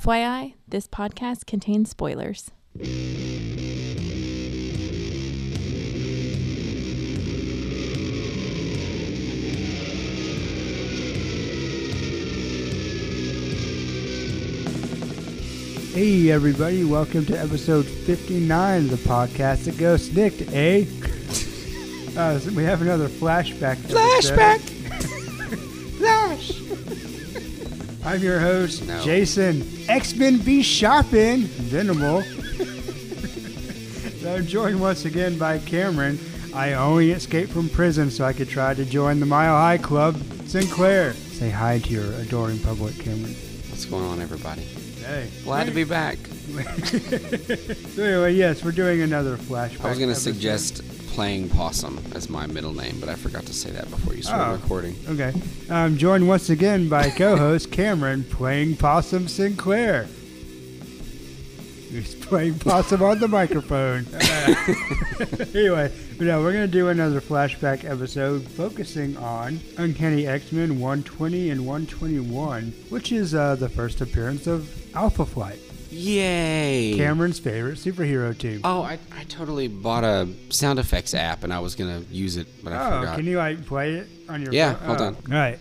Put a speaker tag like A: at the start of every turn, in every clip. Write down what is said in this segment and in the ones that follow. A: FYI, this podcast contains spoilers.
B: Hey, everybody, welcome to episode 59 of the podcast that goes snicked, eh? uh, so we have another flashback.
C: Flashback!
B: episode.
C: Flash!
B: I'm your host,
C: No.
B: Jason. X Men be shopping, Venable. I'm joined once again by Cameron. I only escaped from prison so I could try to join the Mile High Club. Sinclair, say hi to your adoring public, Cameron.
C: What's going on, everybody?
B: Hey.
C: Glad to be back.
B: So, anyway, yes, we're doing another flashback.
C: I was going to
B: episode.
C: suggest playing possum as my middle name, but I forgot to say that before you started
B: Oh.
C: recording.
B: Okay. I'm joined once again by co host Cameron playing Possum Sinclair. He's playing Possum on the microphone. anyway, but now we're going to do another flashback episode focusing on Uncanny X Men 120 and 121, which is uh, the first appearance of Alpha Flight,
C: Yay!
B: Cameron's favorite superhero team.
C: Oh, I, I totally bought a sound effects app and I was going to use it, but I
B: Oh,
C: forgot.
B: can you like play it on your?
C: Yeah,
B: phone?
C: hold
B: Oh.
C: on.
B: All right,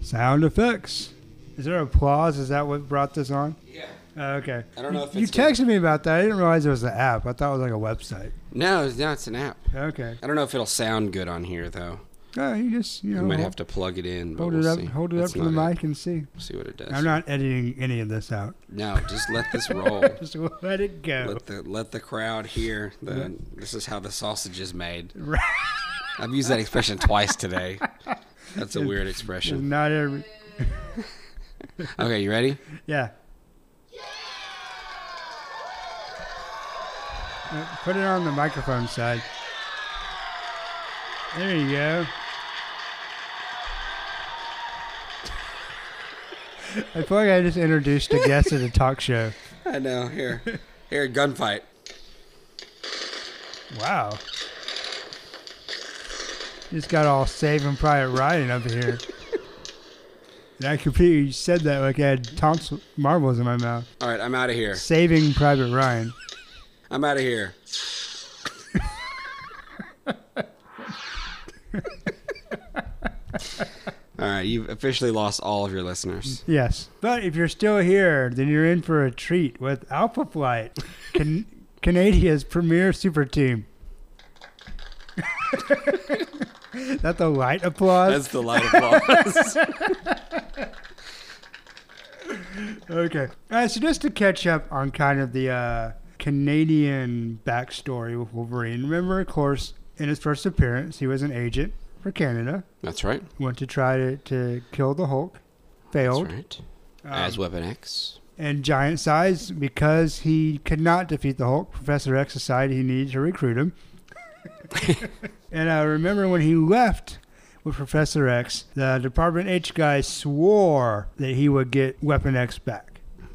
B: sound effects. Is there applause? Is that what brought this on?
C: yeah.
B: Oh, okay.
C: I don't know
B: You-
C: if
B: you
C: it's-
B: texted me about that. I didn't realize it was an app. I thought it was like a website.
C: No, it's- no, it's an app.
B: Okay.
C: I don't know if it'll sound good on here, though.
B: Oh, you just you
C: You
B: know
C: might
B: hol-
C: have to plug it in. But
B: hold
C: we'll
B: it up,
C: see.
B: hold it
C: That's
B: up to the
C: not it.
B: mic and see.
C: See what it does.
B: I'm not editing any of this out.
C: No, just let this roll.
B: just let it go.
C: let the let the crowd hear. The, this is how the sausage is made.
B: Right.
C: I've used that expression twice today. That's a weird
B: It's
C: expression.
B: Not every.
C: Okay, you ready?
B: Yeah. Uh, Put it on the microphone side. There you go. I feel like I just introduced a guest at a talk show.
C: I know. Here, here, gunfight.
B: Wow. Just got all Saving Private Ryan up here. And I completely said that like I had tonsil marbles in my mouth.
C: All right, I'm out of here.
B: Saving Private Ryan.
C: I'm out of here. All right, you've officially lost all of your listeners.
B: Yes. But if you're still here, then you're in for a treat with Alpha Flight, Can- Canada's premier super team. Is that the light applause?
C: That's the light applause.
B: okay. All right, so just to catch up on kind of the uh, Canadian backstory with Wolverine, remember, of course, in his first appearance, he was an agent for Canada,
C: That's right.
B: went to try to, to kill the Hulk,
C: That's
B: failed.
C: right.
B: Um,
C: As Weapon X.
B: and giant size because he could not defeat the Hulk. Professor X decided he needed to recruit him. and I remember when he left with Professor X, the Department H guy swore that he would get Weapon X back.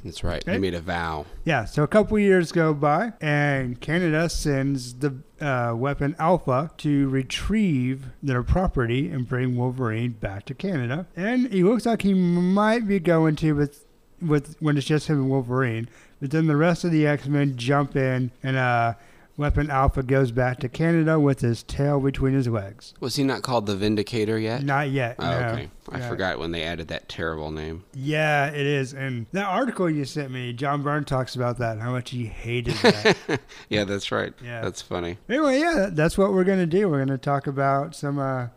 C: That's right. They
B: Okay.
C: made a vow.
B: Yeah, so a couple years go by, and Canada sends the uh, weapon Alpha to retrieve their property and bring Wolverine back to Canada. And he looks like he might be going to with, with when it's just him and Wolverine. But then the rest of the X Men jump in, and uh, Weapon Alpha goes back to Canada with his tail between his legs.
C: Was he not called the Vindicator yet?
B: Not yet.
C: Oh,
B: no.
C: okay. I
B: Yeah.
C: forgot when they added that terrible name.
B: Yeah, it is. And that article you sent me, John Byrne talks about that, how much he hated that.
C: Yeah, that's right.
B: Yeah.
C: That's funny.
B: Anyway, yeah, that- that's what we're going to do. We're going to talk about some uh,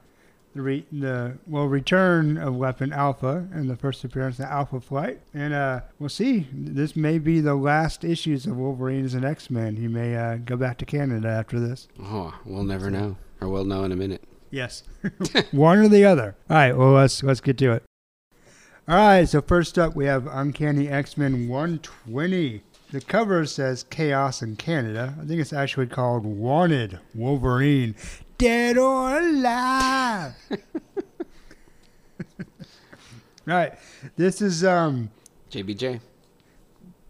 B: the re- the well return of Weapon Alpha and the first appearance of Alpha Flight, and uh, we'll see. This may be the last issues of Wolverine as an X Men. He may uh, go back to Canada after this.
C: Oh, we'll never know. Or we'll know in a minute.
B: Yes, one or the other. All right, well let's let's get to it. All right, so first up we have Uncanny X Men 120. The cover says Chaos in Canada. I think it's actually called Wanted Wolverine, Dead or Alive. All right, this is um
C: JBJ.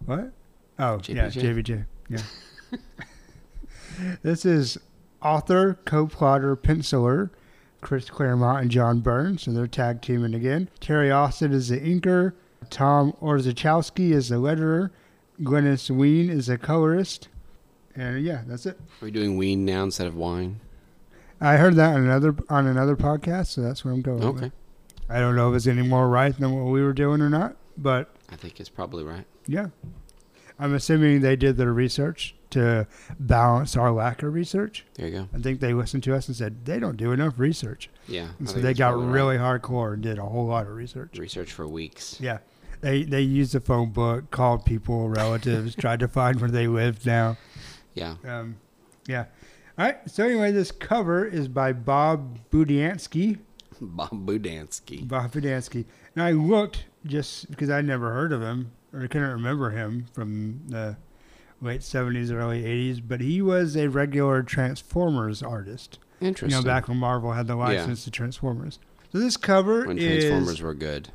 B: what? Oh yeah, JBJ.
C: JBJ.
B: Yeah. this is author, co-plotter, penciler, Chris Claremont and John Burns, and they're tag teaming again. Terry Austin is the inker. Tom Orzechowski is the letterer. Glennis Ween is the colorist. And yeah, that's it.
C: Are we doing ween now instead of wine?
B: I heard that on another on another podcast, so that's where I'm going. with.
C: Okay.
B: I don't know if it's any more right than what we were doing or not, but
C: I think it's probably right.
B: yeah. I'm assuming they did their research to balance our lack of research.
C: There you go.
B: I think they listened to us and said they don't do enough research.
C: Yeah. I
B: And so
C: think
B: they
C: it's
B: got
C: probably right.
B: really hardcore and did a whole lot of research.
C: research for weeks.
B: Yeah. They they used the phone book, called people, relatives, tried to find where they lived now.
C: Yeah.
B: Um, yeah. All right. So anyway, this cover is by Bob Budiansky.
C: Bob Budansky.
B: Bob Budansky. And I looked just because I'd never heard of him or couldn't remember him from the late 70s, early 80s, but he was a regular Transformers artist. You
C: Interesting.
B: know, back when Marvel had the license to Transformers. So this cover
C: when Transformers
B: is
C: were good.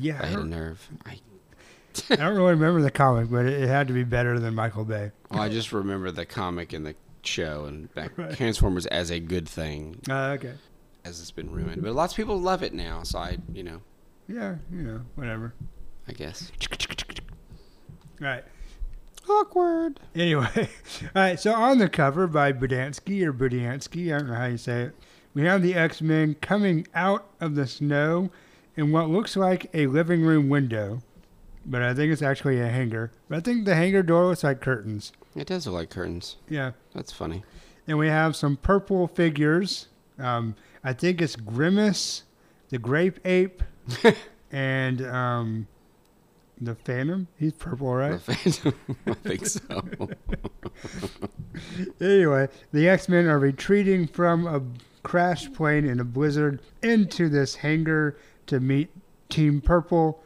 B: yeah,
C: I
B: I
C: hit a
B: don't,
C: nerve. I,
B: I don't really remember the comic, but it, it had to be better than Michael Bay.
C: well, oh, I just remember the comic and the show and back
B: Right.
C: Transformers as a good thing
B: Uh, okay,
C: as it's been ruined. But lots of people love it now, so I, you know,
B: yeah, you know, whatever.
C: I guess.
B: All right.
C: Awkward.
B: Anyway, all right. So on the cover by Budansky or Budiansky, I don't know how you say it. We have the X Men coming out of the snow in what looks like a living room window, but I think it's actually a hangar. But I think the hangar door looks like curtains.
C: It does look like curtains.
B: Yeah.
C: That's funny.
B: And we have some purple figures. Um, I think it's Grimace, the Grape Ape, and um, the Phantom. He's purple, right?
C: I think so.
B: Anyway, the X Men are retreating from a crash plane in a blizzard into this hangar to meet Team Purple.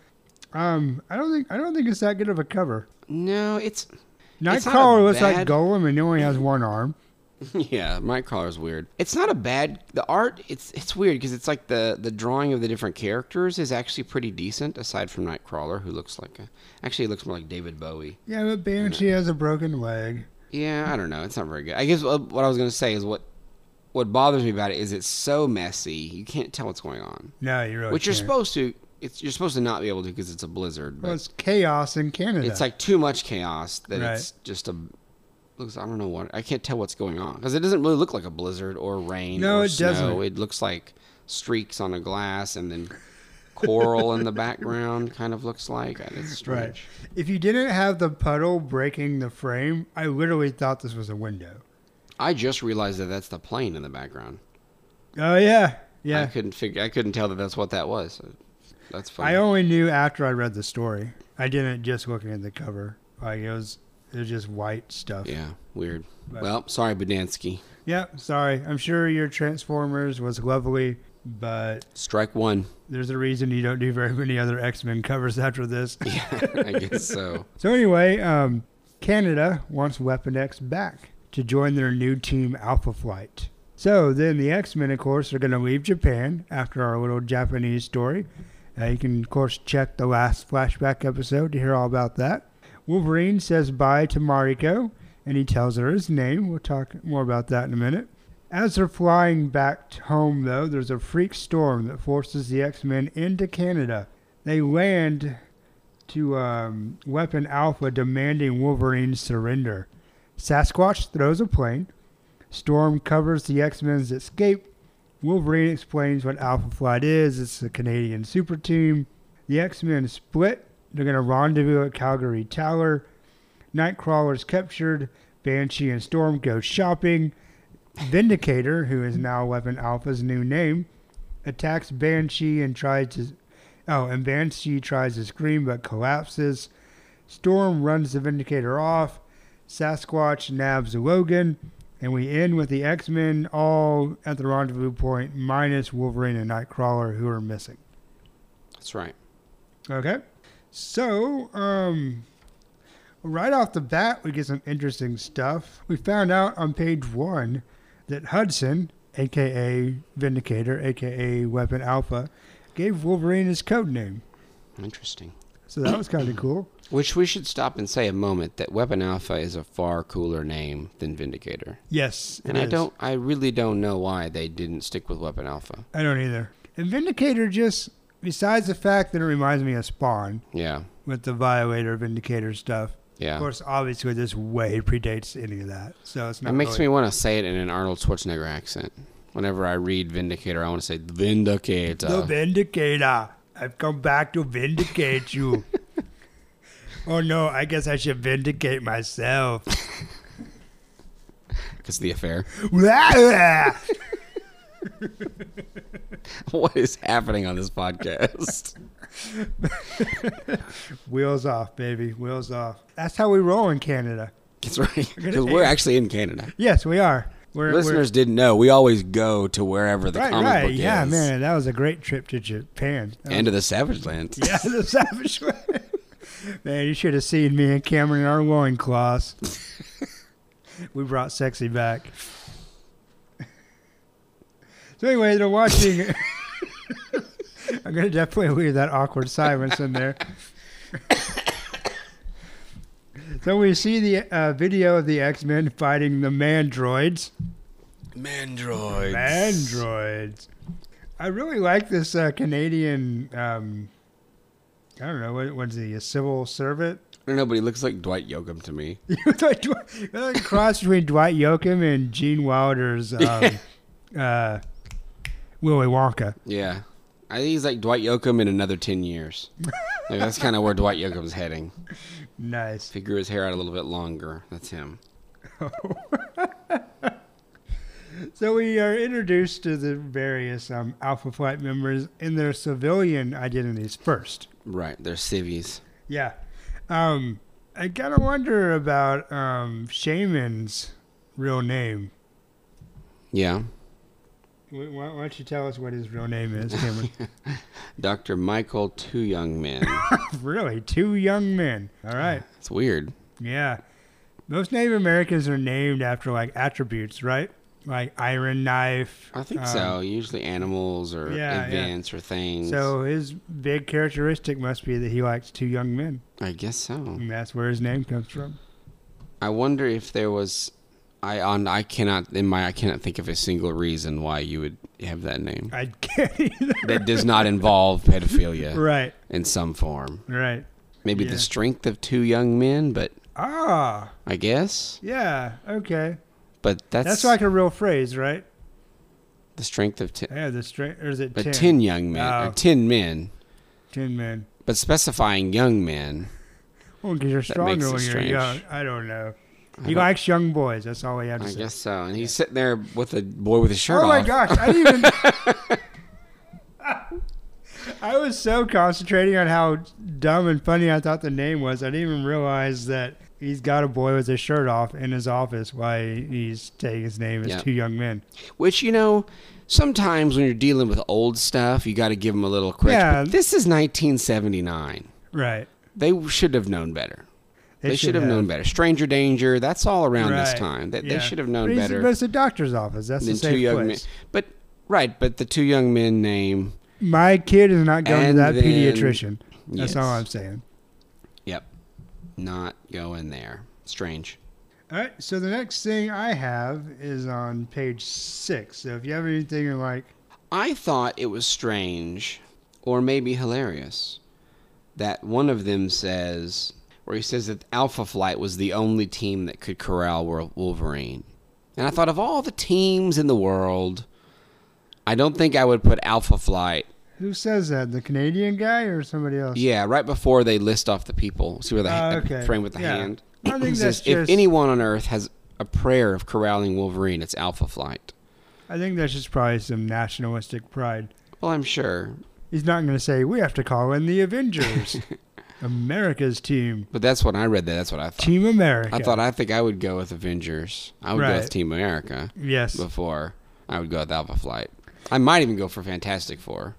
B: Um, I don't think I don't think it's that good of a cover.
C: no, it's It's not
B: Nightcrawler
C: a
B: looks like
C: bad-
B: Golem and he only has one arm.
C: yeah, my collar's weird. It's not a bad the art. It's it's weird because it's like the the drawing of the different characters is actually pretty decent aside from Nightcrawler who looks like a actually he looks more like David Bowie.
B: Yeah, but Banshee has a broken leg.
C: Yeah, I don't know. It's not very good. I guess what what I was gonna say is what what bothers me about it is it's so messy. You can't tell what's going on,
B: No, you really.
C: which you're
B: can't.
C: supposed to. It's you're supposed to not be able to because it's a blizzard. But
B: Well, it's chaos in Canada.
C: it's like too much chaos that
B: Right.
C: it's just a looks. I don't know what I can't tell what's going on because it doesn't really look like a blizzard or rain.
B: No,
C: or
B: it
C: snow.
B: doesn't.
C: It looks like streaks on a glass and then coral in the background. Kind of looks like it's strange.
B: right. If you didn't have the puddle breaking the frame, I literally thought this was a window.
C: I just realized that that's the plane in the background.
B: Oh yeah,
C: I
B: yeah.
C: couldn't figure. I couldn't tell that that's what that was. That's funny.
B: I only knew after I read the story. I didn't just looking at the cover. Like it was, it was just white stuff.
C: yeah, weird.
B: But-
C: well, sorry, Budansky.
B: Yeah, sorry. I'm sure your Transformers was lovely, but
C: Strike one.
B: there's a reason you don't do very many other X-Men covers after this.
C: Yeah, I guess so.
B: so anyway, um, Canada wants Weapon X back to join their new team, Alpha Flight. So then the X-Men, of course, are going to leave Japan after our little Japanese story. Uh, you can, of course, check the last flashback episode to hear all about that. Wolverine says bye to Mariko, and he tells her his name. We'll talk more about that in a minute. As they're flying back t- home, though, there's a freak storm that forces the X Men into Canada. They land to um, Weapon Alpha demanding Wolverine's surrender. Sasquatch throws a plane. Storm covers the X Men's escape. Wolverine explains what Alpha Flight is it's a Canadian super team. The X Men split. They're going to rendezvous at Calgary Tower. Nightcrawler's captured. Banshee and Storm go shopping. Vindicator, who is now Weapon Alpha's new name, attacks Banshee and tries to. Oh, and Banshee tries to scream but collapses. Storm runs the Vindicator off. Sasquatch nabs Logan. And we end with the X Men all at the rendezvous point, minus Wolverine and Nightcrawler, who are missing.
C: That's right.
B: Okay. So, um, right off the bat, we get some interesting stuff. We found out on page one that Hudson, aka Vindicator, aka Weapon Alpha, gave Wolverine his code name.
C: Interesting.
B: So that was kind of cool.
C: Which we should stop and say a moment that Weapon Alpha is a far cooler name than Vindicator.
B: Yes. it
C: And I
B: is.
C: don't I really don't know why they didn't stick with Weapon Alpha.
B: I don't either. And Vindicator just Besides the fact that it reminds me of Spawn
C: Yeah.
B: with the Violator Vindicator stuff.
C: Yeah.
B: Of course, obviously, this way predates any of that. So it's not.
C: It makes
B: really-
C: me want to say it in an Arnold Schwarzenegger accent. Whenever I read Vindicator, I want to say Vindicator.
B: The Vindicator. I've come back to vindicate you. oh no, I guess I should vindicate myself.
C: Because the affair.
B: That's
C: what is happening on this podcast?
B: Wheels off, baby. Wheels off. That's how we roll in Canada.
C: That's right. Because
B: gonna
C: we're
B: air-
C: actually in Canada.
B: Yes, we are. We're, we're-
C: Listeners didn't know. We always go to wherever the
B: right,
C: comic
B: right.
C: book
B: Yeah,
C: is.
B: man, that was a great trip to Japan. That
C: And to the Savage Land.
B: was- yeah, the savage way. Man, you should have seen me and Cameron in our loincloths. we brought sexy back. So anyway, they're watching. I'm gonna definitely leave that awkward silence in there. so we see the uh, video of the X-Men fighting the Mandroids.
C: Mandroids.
B: Androids. I really like this uh, Canadian. Um, I don't know what what's he a civil servant?
C: I don't know, but he looks like Dwight Yoakam to me.
B: It's like Dw- like a cross between Dwight Yoakam and Gene Wilder's um, uh, Willy Wonka.
C: Yeah. I think he's like Dwight Yoakam in another 10 years. like that's kind of where Dwight Yoakam's heading. If
B: Nice.
C: he grew his hair out a little bit longer, that's him.
B: So we are introduced to the various um, Alpha Flight members in their civilian identities first.
C: Right. They're civvies.
B: Yeah. Um, I gotta wonder about um, Shaman's real name.
C: Yeah.
B: Why, why don't you tell us what his real name is, Cameron?
C: Dr. Michael Two Young Men.
B: really, two young men. All right.
C: It's weird.
B: Yeah. Most Native Americans are named after like attributes, right? Like iron knife.
C: I think
B: um,
C: so. Usually animals or
B: yeah, yeah.
C: events or things.
B: So his big characteristic must be that he likes two young men,
C: I guess so.
B: and that's where his name comes from.
C: I wonder if there was. I on I cannot in my I cannot think of a single reason why you would have that name
B: I can't either.
C: that does not involve pedophilia
B: Right.
C: in some form.
B: Right.
C: Maybe
B: Yeah.
C: the strength of two young men, but
B: Ah.
C: I guess.
B: Yeah. Okay.
C: But that's,
B: That's like a real phrase, right?
C: the strength of ten.
B: Yeah. The straight or is it
C: But
B: Uh, ten?
C: ten, young men,
B: Oh.
C: or ten men,
B: Ten men.
C: but specifying young men.
B: Well, because you're
C: makes
B: stronger
C: it
B: when you're
C: strange.
B: young. I don't know. He
C: don't-
B: likes young boys. That's all he had to
C: I
B: say.
C: guess so. And he's sitting there with a boy with a shirt
B: Oh
C: off.
B: my gosh! I didn't even. I was so concentrating on how dumb and funny I thought the name was. I didn't even realize that he's got a boy with his shirt off in his office. Why he's taking his name as
C: Yeah.
B: two young men?
C: Which you know, sometimes when you're dealing with old stuff, you got to give them a little credit.
B: Yeah.
C: But this is 1979.
B: Right.
C: They should have known better. They, should have known better. Stranger danger. That's all around this
B: Right,
C: time. That
B: yeah.
C: they should have known
B: But he's-
C: better
B: But it's a doctor's office. That's the
C: than
B: same
C: two young men.
B: place.
C: But right, but the two young men name.
B: My kid is not going
C: And
B: to that
C: then-
B: pediatrician. That's all
C: Yes.
B: I'm saying.
C: Yep, not going there. Strange.
B: All right, so the next thing I have is on page six. So if you have anything you're like,
C: I thought it was strange, or maybe hilarious, that one of them says, where he says that Alpha Flight was the only team that could corral Wol- Wolverine. And I thought of all the teams in the world, I don't think I would put Alpha Flight.
B: who says that? The Canadian guy or somebody else?
C: Yeah, right before they list off the people. See where the ha- uh,
B: Oh, okay.
C: frame with the
B: Yeah.
C: hand.
B: I think
C: It
B: that's
C: says,
B: just-
C: if anyone on Earth has a prayer of corralling Wolverine, it's Alpha Flight.
B: I think that's just probably some nationalistic pride.
C: Well, I'm sure,
B: He's not going to say we have to call in the Avengers, America's team,
C: but that's when I read that. That's what I thought.
B: Team America.
C: I thought I think I would go with Avengers. I would go
B: Right.
C: with Team America
B: yes.
C: before I would go with Alpha Flight. I might even go for Fantastic Four.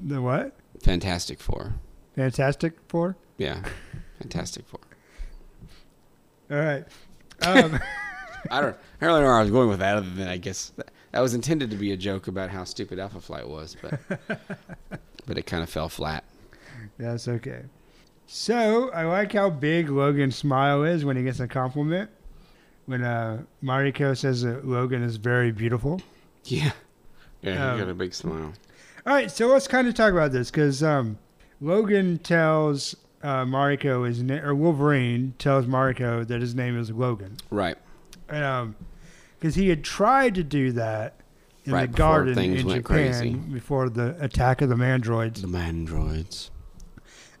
B: The what?
C: Fantastic Four.
B: Fantastic Four.
C: Yeah. Fantastic Four.
B: All right. Um,
C: I don't I don't know where I was going with that other than I guess that, that was intended to be a joke about how stupid Alpha Flight was, but but it kind of fell flat.
B: that's okay. So I like how big Logan's smile is when he gets a compliment. When uh, Mariko says that Logan is very beautiful.
C: Yeah. Yeah, he
B: Um,
C: got a big smile.
B: I All right, so let's kind of talk about this because um, Logan tells uh, Mariko his name, or Wolverine tells Mariko that his name is Logan,
C: Right.
B: and um, because he had tried to do that in
C: Right
B: the
C: before
B: garden in
C: things
B: Japan
C: went crazy.
B: before the attack of the mandroids.
C: The mandroids.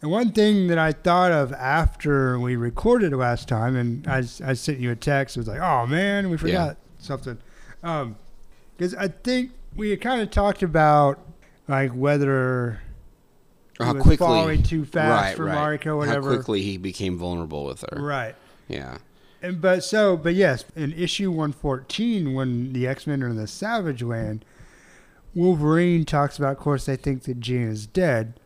B: And one thing that I thought of after we recorded last time, and I, I sent you a text, it was like, oh man, we forgot something. Because I think we kind of talked about like whether he
C: How
B: was
C: Oh, quickly.
B: falling too fast
C: right,
B: for
C: right.
B: Mariko, whatever.
C: How quickly he became vulnerable with her.
B: Right.
C: Yeah.
B: And but so but yes, in issue one fourteen, when the X Men are in the Savage Land, Wolverine talks about. Of course, they think that Jean is dead,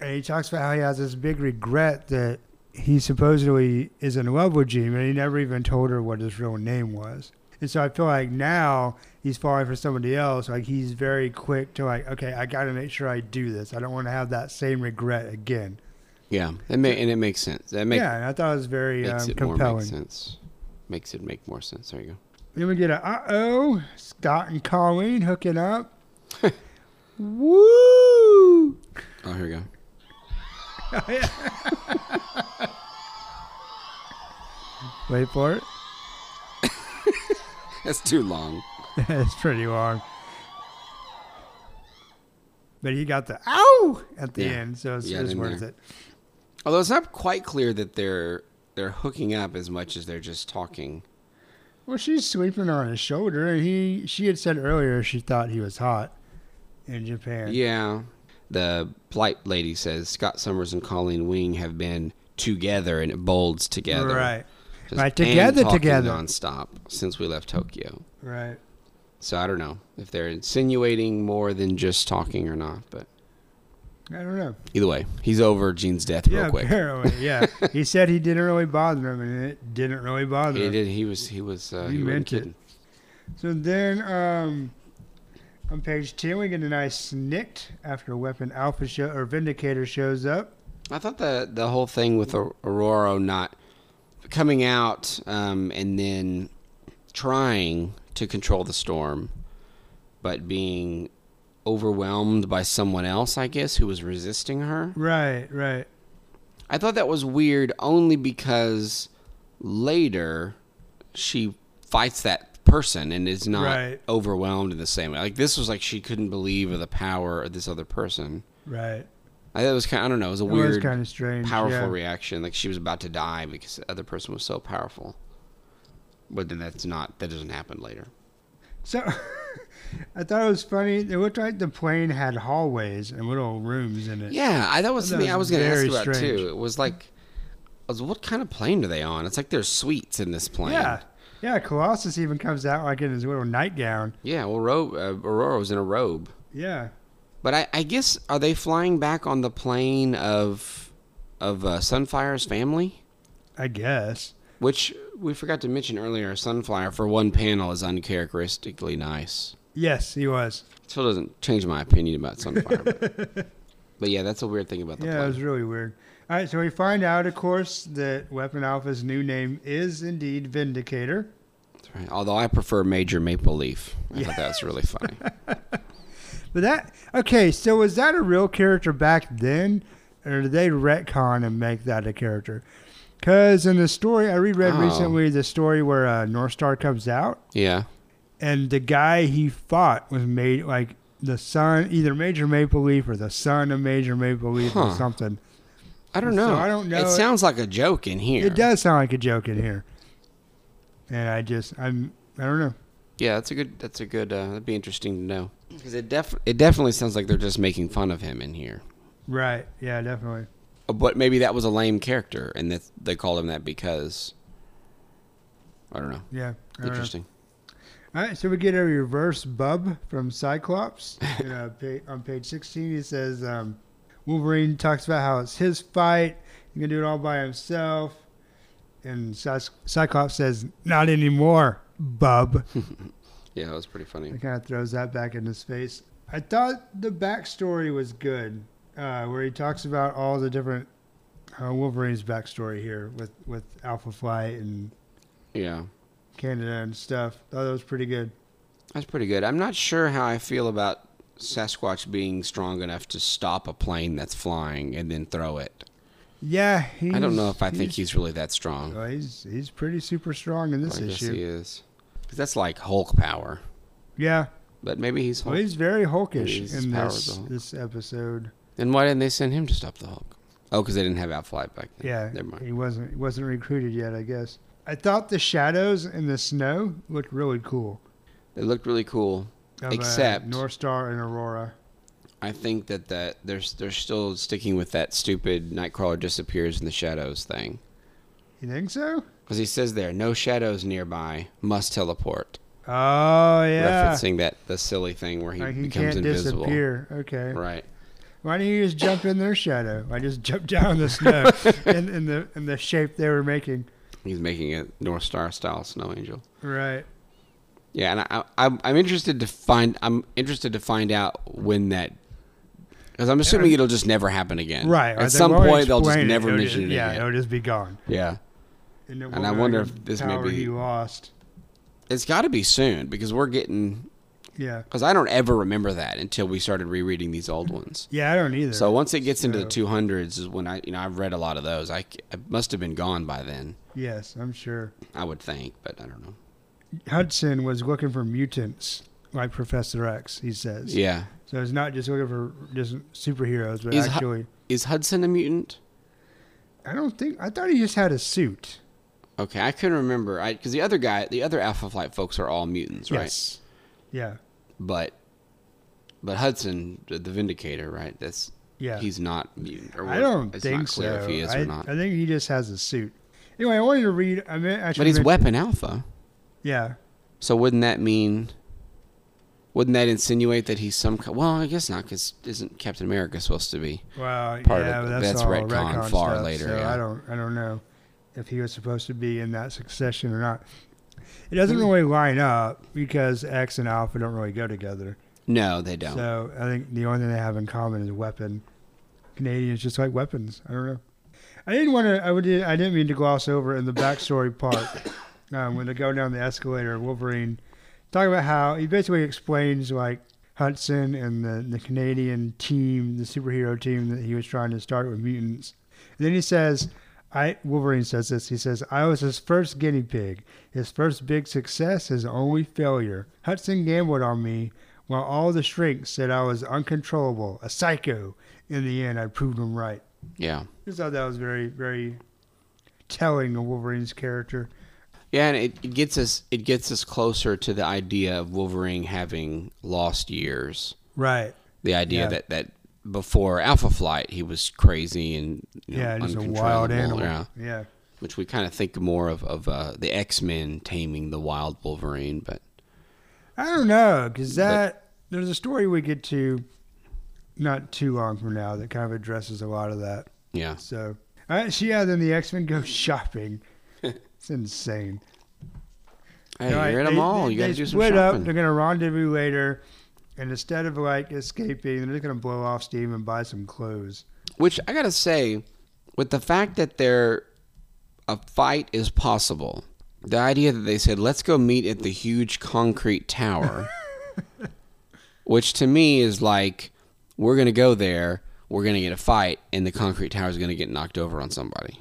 B: and he talks about how he has this big regret that he supposedly is in love with Jean, but he never even told her what his real name was. And so I feel like now he's falling for somebody else. Like he's very quick to like, okay, I got to make sure I do this. I don't want to have that same regret again.
C: Yeah. It may, and it makes sense. That makes,
B: yeah, and I thought it was very
C: makes
B: um,
C: it more make
B: compelling.
C: sense. Makes it make more sense. There you go.
B: Then we get a uh oh, Scott and Colleen hooking up. Woo!
C: Oh, here we go.
B: Wait for it.
C: That's too long.
B: it's pretty long. But he got the ow at the
C: Yeah.
B: end, so it's,
C: Yeah,
B: it's
C: in
B: worth
C: there.
B: it.
C: Although it's not quite clear that they're they're hooking up as much as they're just talking.
B: Well, she's sleeping on his shoulder, and he she had said earlier she thought he was hot in Japan.
C: Yeah. The polite lady says Scott Summers and Colleen Wing have been together and it bolds together.
B: right,
C: Just-
B: Right, together,
C: and talking
B: together.
C: nonstop since we left Tokyo.
B: right.
C: So I don't know if they're insinuating more than just talking or not, but
B: I don't know.
C: either way, he's over Gene's death
B: yeah,
C: real quick.
B: apparently, yeah. he said he didn't really bother him, and it didn't really bother
C: He
B: him.
C: did. He was. He was. Uh,
B: He
C: wasn't
B: meant it.
C: kidding.
B: So then um, on page 10, we get a nice snicked after Weapon Alpha show, or Vindicator shows up.
C: I thought the the whole thing with Au- Aurora not coming out um, and then trying to control the storm, but being overwhelmed by someone else, I guess, who was resisting her.
B: Right, right.
C: I thought that was weird only because later she fights that person and is not
B: Right.
C: overwhelmed in the same way. Like this was like she couldn't believe of the power of this other person.
B: Right.
C: I thought it was kind. I don't know. It was a
B: It was
C: weird
B: kind of strange.
C: powerful
B: yeah.
C: reaction. Like she was about to die because the other person was so powerful. But then that's not that doesn't happen later.
B: So I thought it was funny. It looked like the plane had hallways and little rooms in it.
C: Yeah, I, that was
B: That
C: something I
B: was
C: was going to ask
B: very
C: about
B: strange.
C: too. It was like, I was, what kind of plane are they on? It's like there's suites in this plane.
B: Yeah. Yeah, Colossus even comes out like in his little nightgown.
C: yeah. Well, robe. Uh, Aurora was in a robe.
B: Yeah.
C: But I, I guess are they flying back on the plane of of uh, Sunfire's family?
B: I guess.
C: Which we forgot to mention earlier. Sunfire for one panel is uncharacteristically nice.
B: Yes, he was.
C: Still doesn't change my opinion about Sunfire. but, but yeah, that's a weird thing about the
B: Yeah, it
C: plane.
B: was really weird. All right, so we find out, of course, that Weapon Alpha's new name is indeed Vindicator.
C: That's right. Although I prefer Major Maple Leaf. I thought that was really funny.
B: But that okay, so was that a real character back then, or did they retcon and make that a character? Because in the story I reread
C: Oh.
B: recently, the story where uh, North Star comes out,
C: yeah.
B: and the guy he fought was made like the son, either Major Maple Leaf or the son of Major Maple Leaf or
C: Huh.
B: something.
C: I don't
B: So
C: know.
B: I don't know.
C: It sounds like a joke in here.
B: It does sound like a joke in here, and I just I'm I don't know.
C: Yeah, that's a good. That's a good. Uh, that'd be interesting to know. Because it def- it definitely sounds like they're just making fun of him in here. Uh,
B: Right? Yeah, definitely.
C: But maybe that was a lame character, and that they called him that because I don't know.
B: Yeah. I don't know.
C: Interesting.
B: All right, so we get a reverse bub from Cyclops. and, uh, pa- on page 16, he says um, Wolverine talks about how it's his fight. He can do it all by himself. And Cy- Cyclops says, Not anymore, bub.
C: Yeah, that was pretty funny.
B: It kind of throws that back in his face. I thought the backstory was good, uh, where he talks about all the different uh, Wolverine's backstory here with, with Alpha Flight and
C: Yeah,
B: Canada and stuff. Thought that was pretty good.
C: that's pretty good. I'm not sure how I feel about Sasquatch being strong enough to stop a plane that's flying and then throw it.
B: Yeah, he's,
C: I don't know if I think he's really that strong.
B: well, Uh, he's he's pretty super strong in this
C: I guess he
B: issue.
C: is. 'Cause that's like Hulk power.
B: Yeah,
C: But maybe he's
B: well,
C: Hulk.
B: he's very Hulkish
C: His
B: in
C: powers
B: this
C: are Hulk.
B: this episode.
C: Then why didn't they send him to stop the Hulk? Oh, because they didn't have Outfly back then.
B: Yeah,
C: Never mind.
B: he wasn't he wasn't recruited yet, I guess. I thought the shadows in the snow looked really cool.
C: They looked really cool.
B: of, uh,
C: Except-
B: North Star and Aurora.
C: I think that, that they're, they're still sticking with that stupid Nightcrawler disappears in the shadows thing.
B: You think so?
C: Because he says there, no shadows nearby, must teleport.
B: Oh yeah,
C: Referencing that the silly thing where he
B: like he
C: becomes
B: can't
C: invisible.
B: disappear. Okay,
C: Right.
B: why didn't you just jump in their shadow? I just jumped down the snow in, in the in the shape they were making.
C: He's making a North Star style snow angel.
B: Right.
C: Yeah, and I, I, I'm- I'm interested to find. I'm interested to find out when that. Because I'm assuming it'll just never happen again.
B: Right.
C: At some point, they'll just never
B: it.
C: mention it
B: Yeah,
C: again.
B: it'll just be gone.
C: Yeah.
B: And, it
C: And
B: won't
C: I
B: be
C: wonder
B: like
C: if
B: a
C: this may
B: power
C: be-
B: he lost.
C: It's got to be soon because we're getting.
B: Yeah.
C: Because I don't ever remember that until we started rereading these old ones.
B: Yeah, I don't either.
C: So once it gets into the
B: So-
C: 200s is when I, you know, I've read a lot of those. I, c- I must have been gone by then.
B: yes, I'm sure
C: I would think, but I don't know.
B: Hudson was looking for mutants like Professor X. He says.
C: Yeah.
B: So it's not just looking for just superheroes, but
C: Is Hu-
B: actually,
C: Is Hudson a mutant?
B: I don't think I thought he just had a suit.
C: Okay, I couldn't remember. I because the other guy, the other Alpha Flight folks are all mutants, right?
B: Yes. Yeah.
C: but but Hudson, the the Vindicator, right? That's
B: Yeah.
C: He's not mutant. Or
B: I don't
C: it's
B: think
C: not clear
B: so.
C: if he is
B: I,
C: or not.
B: I think he just has a suit. Anyway, I wanted to read. I mean, I should
C: but he's
B: men-
C: Weapon Alpha,
B: Yeah.
C: so wouldn't that mean? Wouldn't that insinuate that he's some? ki- Well, I guess not, because isn't Captain America supposed to be?
B: Well,
C: part of
B: yeah,
C: the-
B: but that's,
C: that's
B: all
C: retcon
B: retcon
C: far
B: stuff,
C: later,
B: So
C: yeah.
B: I don't, I don't know if he was supposed to be in that succession or not. It doesn't
C: Hmm.
B: really line up because X and Alpha don't really go together.
C: No, they don't.
B: So I think the only thing they have in common is weapon. Canadians just like weapons. I don't know. I didn't want to. I would. I didn't mean to gloss over in the backstory part um, when they go down the escalator. Wolverine talking about how he basically explains like Hudson and the the Canadian team, the superhero team that he was trying to start with mutants. And then he says, "I." Wolverine says this. He says, "I was his first guinea pig. His first big success, his only failure. Hudson gambled on me." While all the shrinks said I was uncontrollable, a psycho, in the end I proved him right.
C: yeah,
B: Just thought that was very, very telling of Wolverine's character.
C: yeah, and it, it gets us it gets us closer to the idea of Wolverine having lost years.
B: Right.
C: The idea
B: Yeah.
C: that that before Alpha Flight he was crazy and you know,
B: Yeah, just a wild
C: uncontrollable.
B: animal.
C: Yeah.
B: Yeah.
C: which we kind of think more of of uh, the X Men taming the wild Wolverine, but
B: I don't know, because that, there's a story we get to not too long from now that kind of addresses a lot of that.
C: yeah,
B: So, uh, all right, so yeah, then the X Men go shopping. it's insane.
C: hey,
B: All right,
C: you're in a
B: they-
C: mall.
B: they-
C: you got to
B: they
C: do some
B: split Up,
C: shopping.
B: they're going to rendezvous later, and instead of like escaping, they're just going to blow off steam and buy some clothes.
C: Which I gotta say, with the fact that there a fight is possible, the idea that they said let's go meet at the huge concrete tower, which to me is like we're gonna go there, we're gonna get a fight, and the concrete tower is gonna get knocked over on somebody.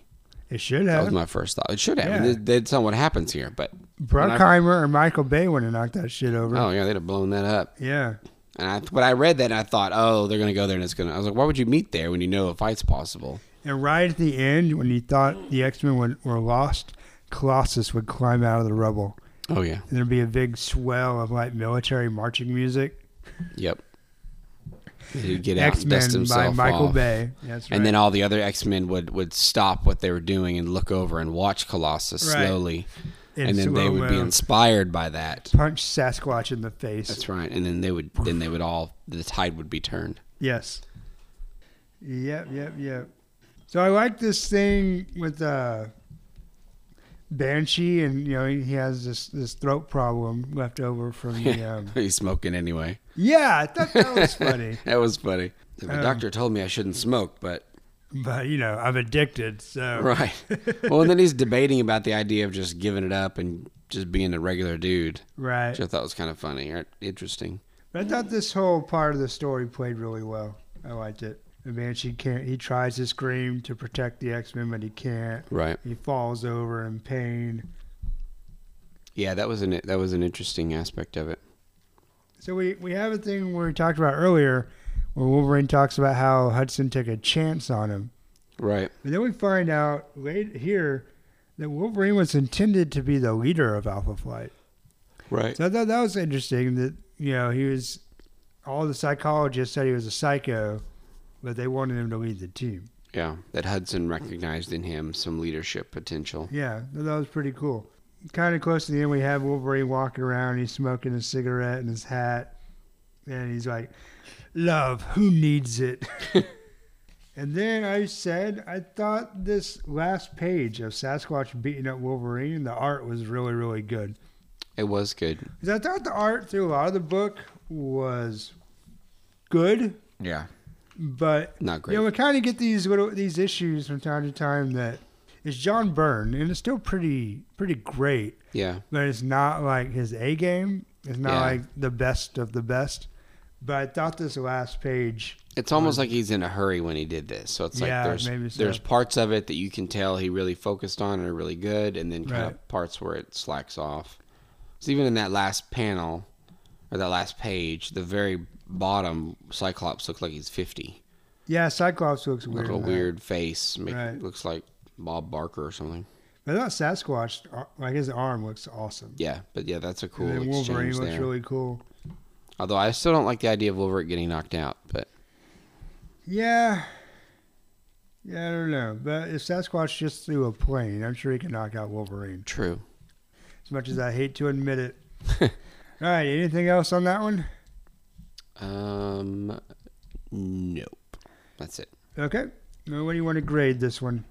B: It should
C: That was
B: have.
C: my first thought. It should have.
B: Yeah.
C: Th- That's not what happens here, but when I-
B: Bruckheimer or Michael Bay would have knocked that shit over.
C: Oh yeah, they'd have blown that up.
B: Yeah.
C: And I, but I read that and I thought, oh, they're gonna go there and it's gonna. I was like, why would you meet there when you know a fight's possible?
B: And right at the end, when you thought the X Men were, were lost, Colossus would climb out of the rubble.
C: Oh yeah,
B: And there'd be a big swell of like military marching music.
C: yep. He'd get out
B: X
C: and dust
B: Men by
C: himself
B: Michael
C: off.
B: Bay. That's right.
C: And then all the other X Men would, would stop what they were doing and look over and watch Colossus
B: Right.
C: slowly,
B: In
C: and then they would be
B: slow-mo.
C: inspired by that.
B: punch Sasquatch in the face.
C: That's right. And then they would then they would all the tide would be turned.
B: Yes. Yep, yep, yep. So I like this thing with uh, Banshee, and you know he has this this throat problem left over from the. Um,
C: He's smoking anyway.
B: yeah, I thought that was funny,
C: That was funny. The
B: Um,
C: doctor told me I shouldn't smoke, but
B: but you know I'm addicted, so
C: Right. well, and then he's debating about the idea of just giving it up and just being a regular dude,
B: right.
C: which I thought was kind of funny or interesting.
B: But But I thought this whole part of the story played really well. I liked it. The Banshee can't. He tries to scream to protect the X Men, but he can't.
C: Right.
B: He falls over in pain.
C: Yeah, that was an that was an interesting aspect of it.
B: So we we have a thing where we talked about earlier, where Wolverine talks about how Hudson took a chance on him,
C: Right.
B: and then we find out later here that Wolverine was intended to be the leader of Alpha Flight.
C: Right.
B: So I thought that was interesting that, you know, he was, all the psychologists said he was a psycho, but they wanted him to lead the team.
C: Yeah. That Hudson recognized in him some leadership potential.
B: Yeah, so that was pretty cool. Kind of close to the end, we have Wolverine walking around. He's smoking a cigarette in his hat. And he's like, Love, who needs it? and then I said, I thought this last page of Sasquatch beating up Wolverine, the art was really, really good.
C: It was good.
B: 'Cause I thought the art through a lot of the book was good,
C: Yeah.
B: but
C: Not great.
B: you know we kind of get these little these issues from time to time that it's John Byrne and it's still pretty pretty great,
C: yeah.
B: but it's not like his A game. It's not
C: Yeah.
B: like the best of the best. But I thought this last page,
C: It's almost like he's in a hurry when he did this. So it's like
B: Yeah,
C: there's
B: maybe so.
C: there's parts of it that you can tell he really focused on and are really good, and then kind
B: Right.
C: of parts where it slacks off. So even in that last panel or that last page, the very bottom, Cyclops looks like he's fifty.
B: yeah, Cyclops looks
C: Like
B: weird.
C: a
B: in that.
C: weird face, make,
B: Right.
C: looks like Bob Barker or something.
B: But I thought Sasquatch, ar- like his arm looks awesome.
C: Yeah, but yeah, that's a cool
B: and then Wolverine
C: exchange
B: looks
C: there.
B: really cool.
C: Although I still don't like the idea of Wolverine getting knocked out, but
B: Yeah. Yeah, I don't know. But if Sasquatch just threw a plane, I'm sure he can knock out Wolverine.
C: true.
B: As much as I hate to admit it. All right, anything else on that one?
C: Um, nope. That's it.
B: Okay. Now, what do you want to grade this one?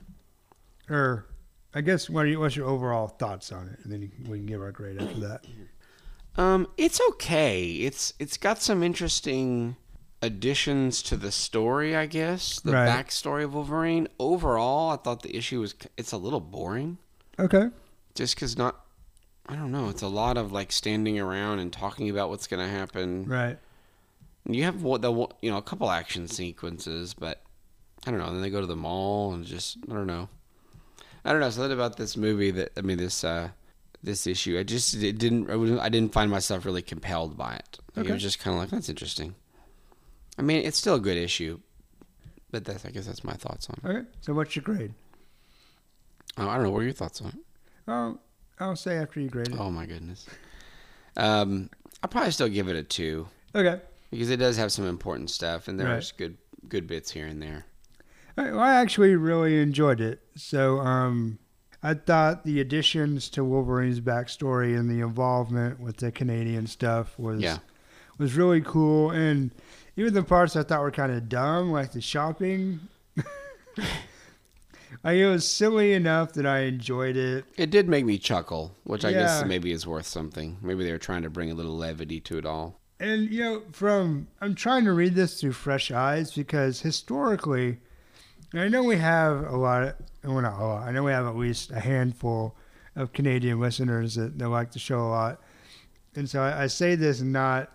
B: Or, I guess, what are you, what's your overall thoughts on it? And then you- we can give our grade after that.
C: Um, it's okay. It's it's got some interesting additions to the story, I guess. The
B: Right.
C: backstory of Wolverine. Overall, I thought the issue was k- it's a little boring,
B: Okay.
C: just because not. I don't know. It's a lot of like standing around and talking about what's going to happen.
B: Right.
C: And You have what the one- you know a couple action sequences, but I don't know. Then they go to the mall and just I don't know. I don't know something about this movie that I mean this uh this issue. I just it didn't I, wasn't- I didn't find myself really compelled by it. Like, It
B: Okay.
C: was just kind of like that's interesting. I mean, it's still a good issue, but that's I guess that's my thoughts on it.
B: Okay. So, what's your grade?
C: Oh, I don't know. What are your thoughts on it?
B: Oh, I'll say after you grade it.
C: Oh my goodness. Um, I probably still give it a two
B: Okay.
C: because it does have some important stuff and
B: Right.
C: there's good good bits here and there.
B: All right, well, I actually really enjoyed it. So, um, I thought the additions to Wolverine's backstory and the involvement with the Canadian stuff was
C: Yeah.
B: was really cool, and even the parts I thought were kind of dumb, like the shopping. like it was silly enough that I enjoyed it.
C: It did make me chuckle, which I
B: Yeah.
C: guess maybe is worth something. Maybe they were trying to bring a little levity to it all.
B: And you know, from I'm trying to read this through fresh eyes because historically, and I know we have a lot. Of, well, not a lot. I know we have at least a handful of Canadian listeners that, that like the show a lot, and so I, I say this not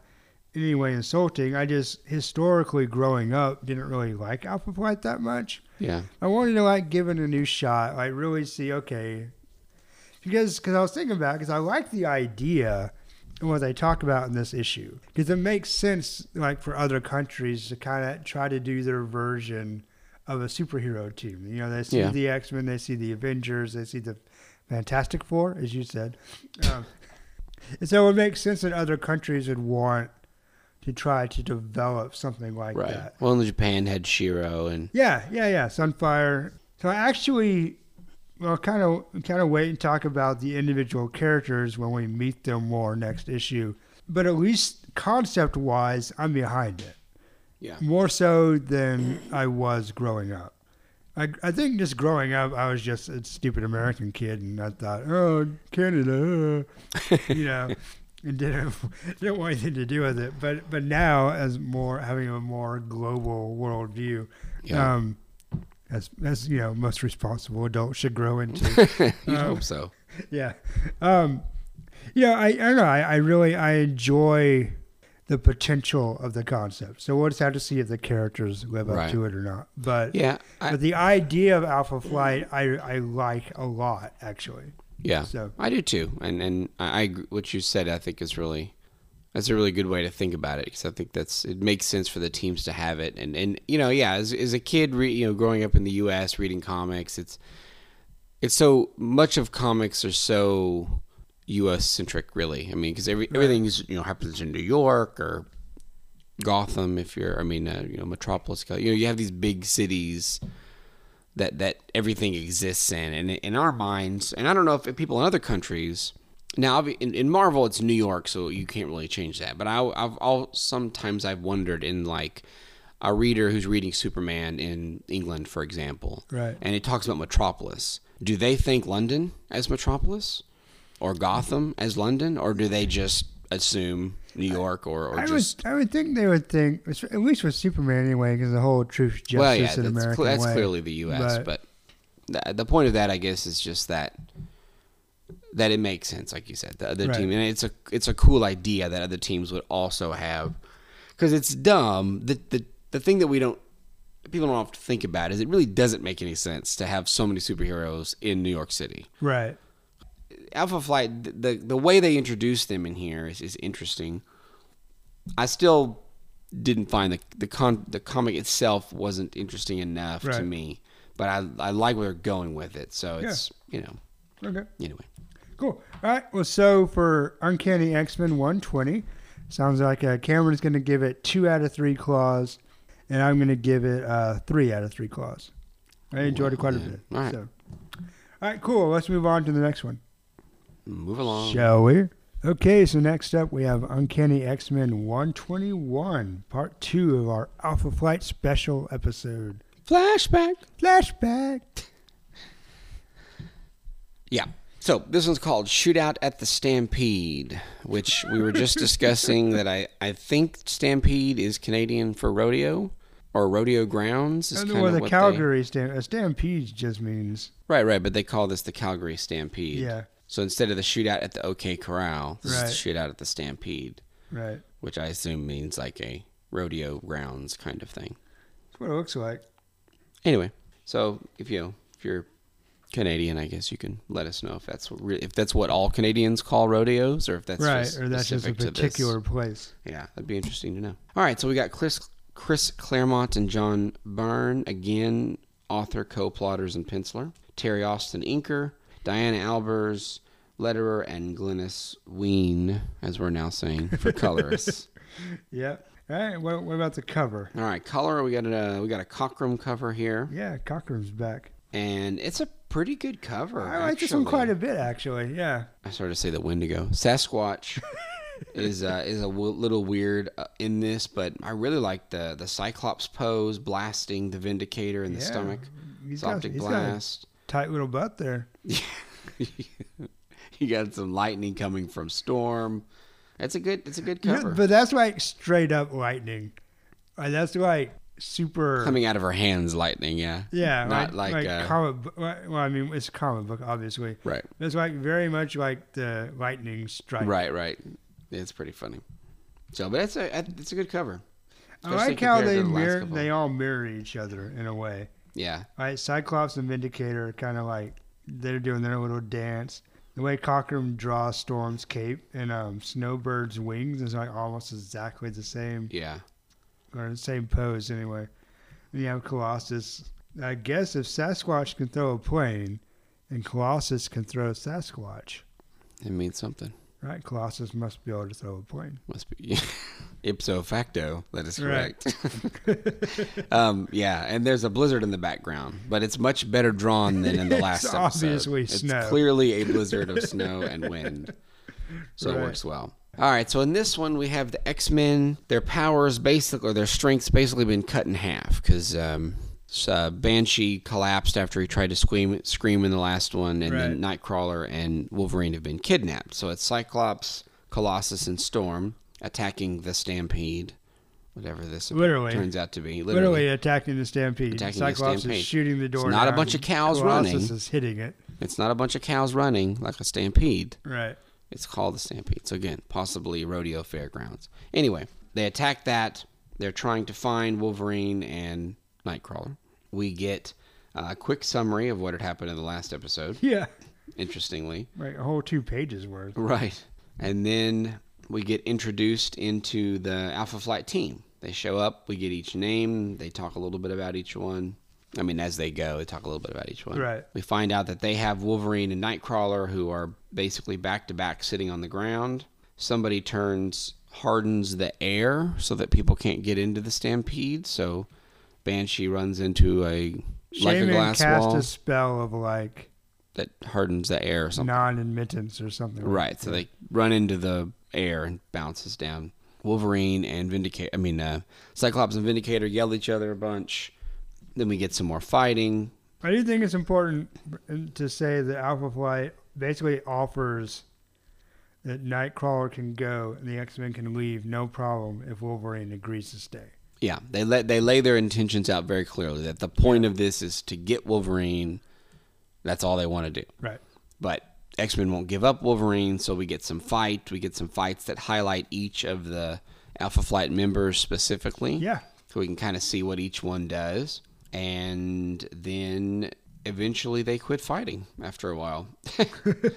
B: in any way insulting. I just historically growing up didn't really like Alpha Flight that much.
C: Yeah.
B: I wanted to like give it a new shot, like really see okay, because because I was thinking about because I like the idea and what they talk about in this issue because it makes sense like for other countries to kind of try to do their version of a superhero team. You know, they see
C: Yeah.
B: the X Men, they see the Avengers, they see the Fantastic Four, as you said, um, and so it makes sense that other countries would want to try to develop something like
C: Right.
B: that.
C: Well, in Japan had Shiro and
B: Yeah, yeah, yeah. Sunfire. So I actually, well, kind of, kind of wait and talk about the individual characters when we meet them more next issue. But at least concept-wise, I'm behind it
C: yeah.
B: more so than I was growing up. I, I think just growing up, I was just a stupid American kid, and I thought, oh, Canada, uh," you know, and didn't didn't want anything to do with it. But but now, as more having a more global worldview,
C: Yeah.
B: um, as as you know, most responsible adults should grow into.
C: You'd
B: uh,
C: hope so.
B: Yeah. Um, you know, I, I don't know. I, I really I enjoy the potential of the concept. So we'll just have to see if the characters live up
C: Right.
B: to it or not. But
C: Yeah, I,
B: but the idea of Alpha Flight, I I like a lot actually.
C: yeah,
B: so-
C: I do too. And and I, I agree- what you said, I think is really that's a really good way to think about it because I think that's it makes sense for the teams to have it. And and you know, yeah, as as a kid, re, you know, growing up in the U.S. reading comics, it's it's so much of comics are so U.S. centric, really. I mean, because every, everything's you know happens in New York or Gotham, if you're, I mean, uh, you know, Metropolis. You know, you have these big cities that that everything exists in, and in our minds, and I don't know if people in other countries. Now, obvi- in, in Marvel, it's New York, so you can't really change that. But I, I've all sometimes I've wondered in like a reader who's reading Superman in England, for example,
B: Right.
C: And it talks about Metropolis. Do they think London as Metropolis, or Gotham as London, or do they just assume New York or, or
B: I
C: just
B: would I would think they would think at least with Superman anyway, because the whole truth justice
C: well, yeah,
B: in
C: that's,
B: American
C: cle- that's
B: way.
C: clearly the U.S.
B: But-
C: But, th- the point of that, I guess, is just that that it makes sense, like you said, the other
B: Right.
C: team, and it's a it's a cool idea that other teams would also have, because it's dumb. The the the thing that we don't people don't have to think about is it really doesn't make any sense to have so many superheroes in New York City.
B: right.
C: Alpha Flight, th- the the way they introduced them in here is, is interesting. I still didn't find the the con the comic itself wasn't interesting enough to
B: Right.
C: me, but I I like where they're going with it. So it's you know
B: Okay.
C: anyway.
B: Cool. All right. Well, so for Uncanny X Men 120, sounds like uh, Cameron's going to give it two out of three claws, and I'm going to give it uh, three out of three claws. I enjoyed it quite a
C: yeah.
B: bit.
C: All right.
B: So. All right. Cool. Let's move on to the next one,
C: Move along.
B: shall we? Okay. So next up, we have Uncanny X Men 121, part two of our Alpha Flight special episode.
C: Flashback.
B: Flashback.
C: Yeah. So this one's called Shootout at the Stampede, which we were just discussing that I, I think Stampede is Canadian for rodeo or rodeo grounds. Is
B: And
C: kinda
B: well, the
C: what they-
B: Calgary stamp- uh, stampede just means
C: Right, right, but they call this the Calgary Stampede.
B: Yeah.
C: So instead of the shootout at the OK Corral, this
B: Right.
C: is the shootout at the Stampede,
B: right.
C: which I assume means like a rodeo rounds kind of thing.
B: That's what it looks like.
C: Anyway, so if you if you're Canadian, I guess you can let us know if that's what re- if that's what all Canadians call rodeos, or if that's
B: right.
C: just
B: or that's just a
C: specific to this.
B: particular place.
C: Yeah, that'd be interesting to know. All right, so we got Chris, Chris Claremont and John Byrne again, author, co-plotters, and penciler. Terry Austin, inker. Diana Albers, letterer, and Glynis Ween, as we're now saying, for colorists.
B: Yeah. All right. What, what about the cover?
C: All right, color. We got a we got a cockrum cover here,
B: Yeah, Cochrane's back.
C: and it's a pretty good cover.
B: I like this one
C: actually.
B: quite a bit, actually. Yeah.
C: I started to say the Wendigo. Sasquatch is uh, is a w- little weird uh, in this, but I really like the the Cyclops pose, blasting the Vindicator in the
B: Yeah.
C: stomach.
B: He's
C: It's
B: got-
C: optic
B: he's got a-
C: blast.
B: Tight little butt there.
C: you got some lightning coming from Storm. It's a good. It's a good
B: You know,
C: cover.
B: but that's like straight up lightning. Like, that's like super.
C: coming out of her hands, lightning. Yeah.
B: yeah.
C: Not
B: like,
C: like.
B: like
C: uh,
B: comic book. Well, I mean, it's a comic book, obviously.
C: right.
B: That's like very much like the lightning strike.
C: Right. Right. It's pretty funny. So, but it's a it's a good cover.
B: I
C: Especially
B: like how
C: compared
B: they
C: to the last
B: mirror,
C: couple.
B: they all mirror each other in a way.
C: Yeah.
B: Right, Cyclops and Vindicator are kind of like they're doing their little dance. The way Cockrum draws Storm's cape and um, Snowbird's wings is like almost exactly the same
C: Yeah.
B: or the same pose anyway. And you have Colossus. I guess if Sasquatch can throw a plane, and Colossus can throw Sasquatch,
C: It means something.
B: right? Colossus must be able to throw a plane.
C: Must be ipso facto. That is
B: Right.
C: correct. um, yeah, and there's a blizzard in the background, but it's much better drawn than in the
B: It's
C: last episode.
B: obviously
C: it's
B: snow.
C: clearly a blizzard of snow and wind, so
B: Right.
C: it works well. All right, so in this one we have the X Men. Their powers basically, or their strengths basically, been cut in half because. Um, s- uh, Banshee collapsed after he tried to scream, scream in the last one, and then Nightcrawler and Wolverine have been kidnapped. So it's Cyclops, Colossus, and Storm attacking the Stampede, whatever this
B: Literally.
C: turns out to be.
B: Literally, attacking the Stampede.
C: Attacking the
B: Cyclops
C: Stampede.
B: is shooting the door.
C: It's not a
B: down,
C: bunch of cows
B: Colossus
C: running.
B: is hitting it.
C: It's not a bunch of cows running like a stampede.
B: Right.
C: It's called the stampede. So again, possibly rodeo fairgrounds. Anyway, They attack that. They're trying to find Wolverine and Nightcrawler. We get a quick summary of what had happened in the last episode,
B: Yeah.
C: interestingly.
B: Right. A whole two pages worth.
C: Right. And then we get introduced into the Alpha Flight team. They show up, we get each name, they talk a little bit about each one. I mean, as they go, they talk a little bit about each one.
B: Right.
C: We find out that they have Wolverine and Nightcrawler who are basically back to back sitting on the ground. Somebody turns, hardens the air so that people can't get into the stampede. So Banshee runs into a, like a
B: Shaman
C: glass
B: cast
C: wall
B: a spell of like
C: that hardens the air or something.
B: non-admittance or something.
C: Right. So they run into the air and bounces down. Wolverine and Vindicator, I mean, uh, Cyclops and Vindicator yell at each other a bunch. Then we get some more fighting.
B: I do think it's important uh, to say that Alpha Flight basically offers that Nightcrawler can go and the X Men can leave, no problem, if Wolverine agrees to stay.
C: Yeah, they let they lay their intentions out very clearly that the point of this is to get Wolverine. That's all they want to do.
B: Right.
C: But X Men won't give up Wolverine, so we get some fight. We get some fights that highlight each of the Alpha Flight members specifically.
B: Yeah.
C: so we can kind of see what each one does and then eventually they quit fighting after a while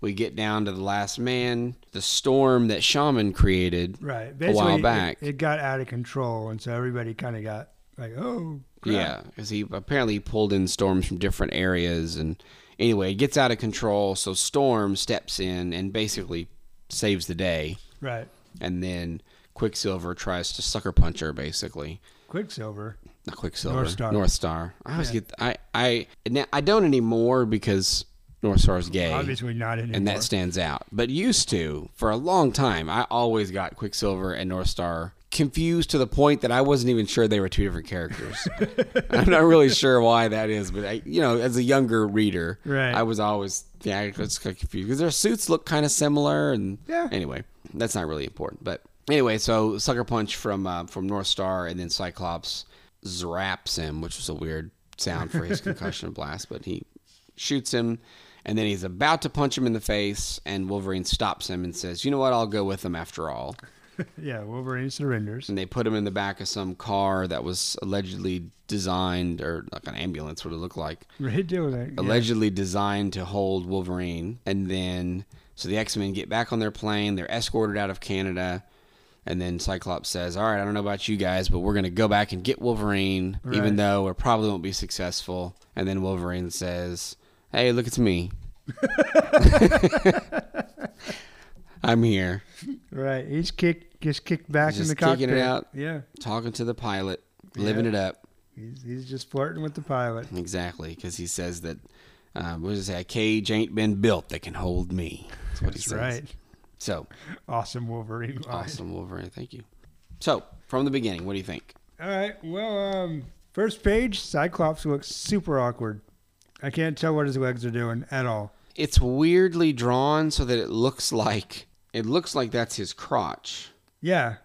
C: we get down to the last man the storm that shaman created
B: Right.
C: a while
B: it-
C: back
B: it, got out of control, and so everybody kind of got like, oh, crap.
C: yeah because he apparently pulled in storms from different areas and anyway it gets out of control so storm steps in and basically saves the day
B: right.
C: and then quicksilver tries to sucker punch her basically
B: Quicksilver.
C: Not Quicksilver.
B: North Star.
C: North Star. I always get I I now, I don't anymore because North Star's gay.
B: Obviously not anymore.
C: And that stands out. But used to, for a long time, I always got Quicksilver and North Star confused to the point that I wasn't even sure they were two different characters. I'm not really sure why that is, but I, you know, as a younger reader,
B: Right.
C: I was always yeah, I was kind of confused because their suits look kind of similar. And
B: Yeah.
C: anyway, that's not really important. But anyway, so sucker punch from uh, from North Star and then Cyclops zraps him, which was a weird sound for his concussion blast, but he shoots him. And then he's about to punch him in the face, and Wolverine stops him and says, "You know what? I'll go with him after all."
B: yeah, Wolverine surrenders.
C: and they put him in the back of some car that was allegedly designed or like an ambulance would it look like
B: Right deal with it. Yeah.
C: allegedly designed to hold wolverine and then so the x-men get back on their plane they're escorted out of canada and then cyclops says all right i don't know about you guys but we're going to go back and get wolverine even
B: Right.
C: though it probably won't be successful and then wolverine says hey look it's me i'm here
B: Right. He's kicked just kicked back
C: He's
B: in the
C: just kicking
B: cockpit.
C: it out.
B: Yeah.
C: talking to the pilot living
B: Yeah.
C: it up
B: He's, he's just flirting with the pilot.
C: Exactly, because he says that um, what does it say? A cage ain't been built that can hold me. That's what he
B: That's
C: says.
B: right.
C: So
B: Awesome Wolverine. line.
C: awesome, Wolverine. Thank you. So from the beginning, what do you think?
B: All right. Well, um, first page, Cyclops looks super awkward. I can't tell what his legs are doing at all.
C: It's weirdly drawn so that it looks like it looks like that's his crotch.
B: Yeah.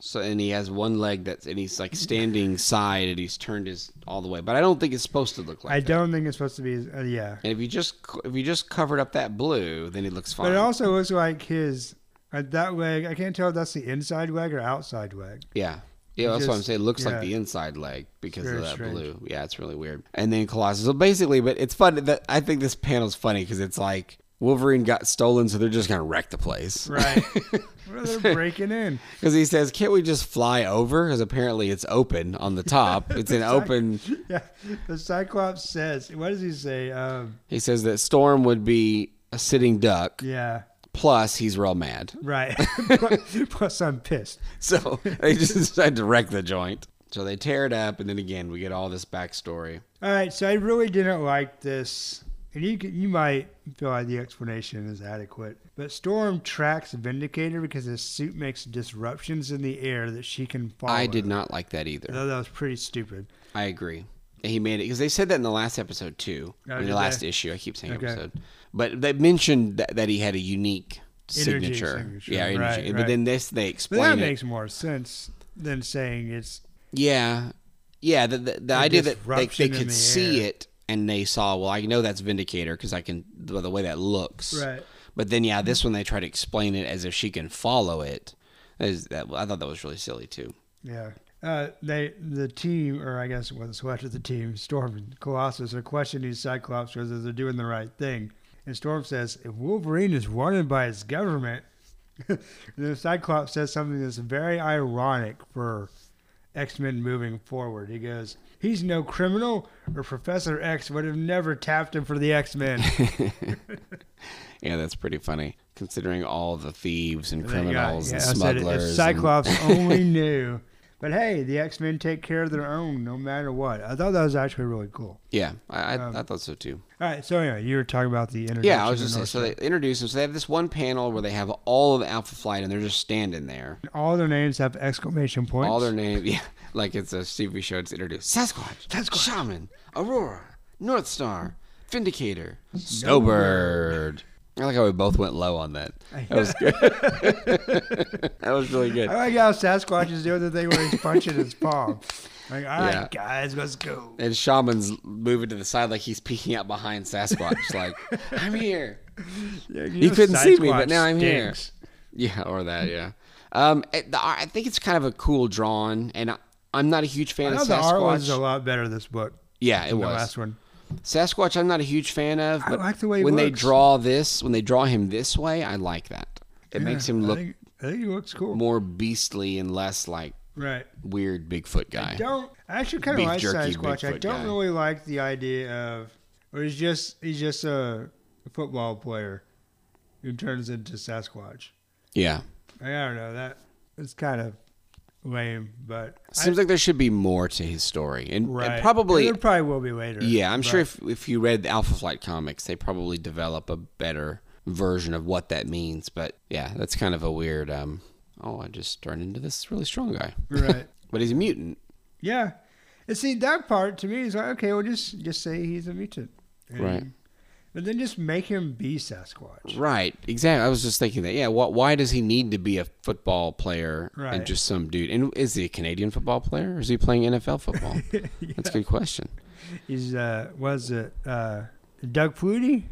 C: So and he has one leg that's and he's like standing side and he's turned his all the way. But I don't think it's supposed to look like
B: I
C: that.
B: don't think it's supposed to be. His, uh, yeah.
C: And if you just if you just covered up that blue, then it looks fine.
B: But it also looks like his, like that leg, I can't tell if that's the inside leg or outside leg.
C: Yeah. Yeah, that's what I'm
B: just-
C: saying. It looks like
B: yeah.
C: the inside leg because
B: Very
C: of that
B: strange.
C: blue. Yeah, it's really weird. And then Colossus. So basically, but it's fun. That, I think this panel's funny because it's like Wolverine got stolen, so they're just going to wreck the place.
B: Right. well, they're breaking in.
C: Because he says, can't we just fly over? Because apparently it's open on the top. It's an open.
B: Yeah. The Cyclops says, what does he say? Um,
C: He says that Storm would be a sitting duck.
B: yeah.
C: Plus, he's real mad.
B: Right. Plus, I'm pissed.
C: So they just decided to wreck the joint. So they tear it up, and then again, we get all this backstory.
B: All right, so I really didn't like this, and you could- you might feel like the explanation is adequate, but Storm tracks Vindicator because his suit makes disruptions in the air that she can follow.
C: I did not like that either.
B: Though that was pretty stupid.
C: I agree. He made it because they said that in the last episode too,
B: Oh,
C: in
B: did
C: the
B: they?
C: last issue. I keep saying
B: Okay.
C: episode, but they mentioned that, that he had a unique
B: Energy
C: signature.
B: signature,
C: Yeah, energy.
B: right,
C: but
B: right.
C: then this they
B: But
C: explain
B: that
C: it.
B: makes more sense than saying it's
C: yeah, yeah. The the, the idea that they,
B: disruption
C: they
B: in
C: could
B: the
C: see
B: air.
C: it and they saw. Well, I know that's Vindicator because I can by the way that looks.
B: Right.
C: But then yeah, this one they try to explain it as if she can follow it. That is, that, I thought that was really silly too.
B: Yeah. Uh, they the team, or I guess it was much of the team, Storm and Colossus are questioning Cyclops whether they're doing the right thing. And Storm says, "If Wolverine is wanted by his government," and then Cyclops says something that's very ironic for X Men moving forward. He goes, "He's no criminal, or Professor X would have never tapped him for the X Men."
C: Yeah, that's pretty funny considering all the thieves and
B: Thank God.
C: criminals
B: Yeah,
C: and
B: I said it.
C: smugglers.
B: If
C: and-
B: Cyclops only knew. But hey, the X Men take care of their own no matter what. I thought that was actually really cool.
C: yeah, I, I, I thought so too.
B: All right, so anyway, you were talking about the introduction.
C: Yeah, I was
B: to
C: just saying.
B: North
C: So they introduce them. So they have this one panel where they have all of Alpha Flight, and they're just standing there.
B: Star. All their names have exclamation points.
C: All their names, yeah, like it's a TV show. It's introduced Sasquatch, Shaman, Aurora, North Star, Vindicator, Snowbird. I like how we both went low on that. That was good. that was really good.
B: I like how Sasquatch is doing the thing where he's punching his palm. Like, all right,
C: Yeah.
B: guys, let's go.
C: And Shaman's moving to the side like he's peeking out behind Sasquatch, like I'm here.
B: You,
C: You
B: know,
C: couldn't see me, but
B: Sasquatch
C: now I'm here.
B: stinks.
C: Yeah, or that. Yeah. Um, it- the art- I think it's kind of a cool drawn, and I, I'm not a huge fan
B: I
C: of
B: thought
C: Sasquatch.
B: the art was a lot better this book.
C: yeah, it
B: than
C: was.
B: The last one.
C: Sasquatch, I'm not a huge fan of, but
B: like the way he
C: when they
B: looks.
C: draw this, when they draw him this way, I like that. It makes
B: Yeah,
C: him
B: I
C: look
B: think, I think he looks cool.
C: more beastly and less like
B: right.
C: weird Bigfoot guy.
B: don't I actually kind of
C: Beef
B: like
C: jerky,
B: Sasquatch. I
C: Bigfoot
B: don't
C: guy.
B: really like the idea of, or he's just he's just a football player who turns into Sasquatch.
C: Yeah,
B: Like, I don't know that it's kind of lame, but I,
C: seems like there should be more to his story, and, and
B: right
C: probably
B: there probably will be later.
C: Yeah, I'm
B: but-
C: sure if if you read the Alpha Flight comics, they probably develop a better version of what that means. But yeah, that's kind of a weird. Um, oh, I just turned into this really strong guy,
B: right.
C: but he's a mutant,
B: Yeah, and see that part to me is like okay, well just just say he's a mutant, And-
C: Right.
B: But then just make him be Sasquatch.
C: right? Exactly. I was just thinking that. Yeah, wh- why does he need to be a football player
B: Right.
C: and just some dude? And is he a Canadian football player? Or is he playing NFL football? That's a good question.
B: He's uh, was it uh, Doug Flutie?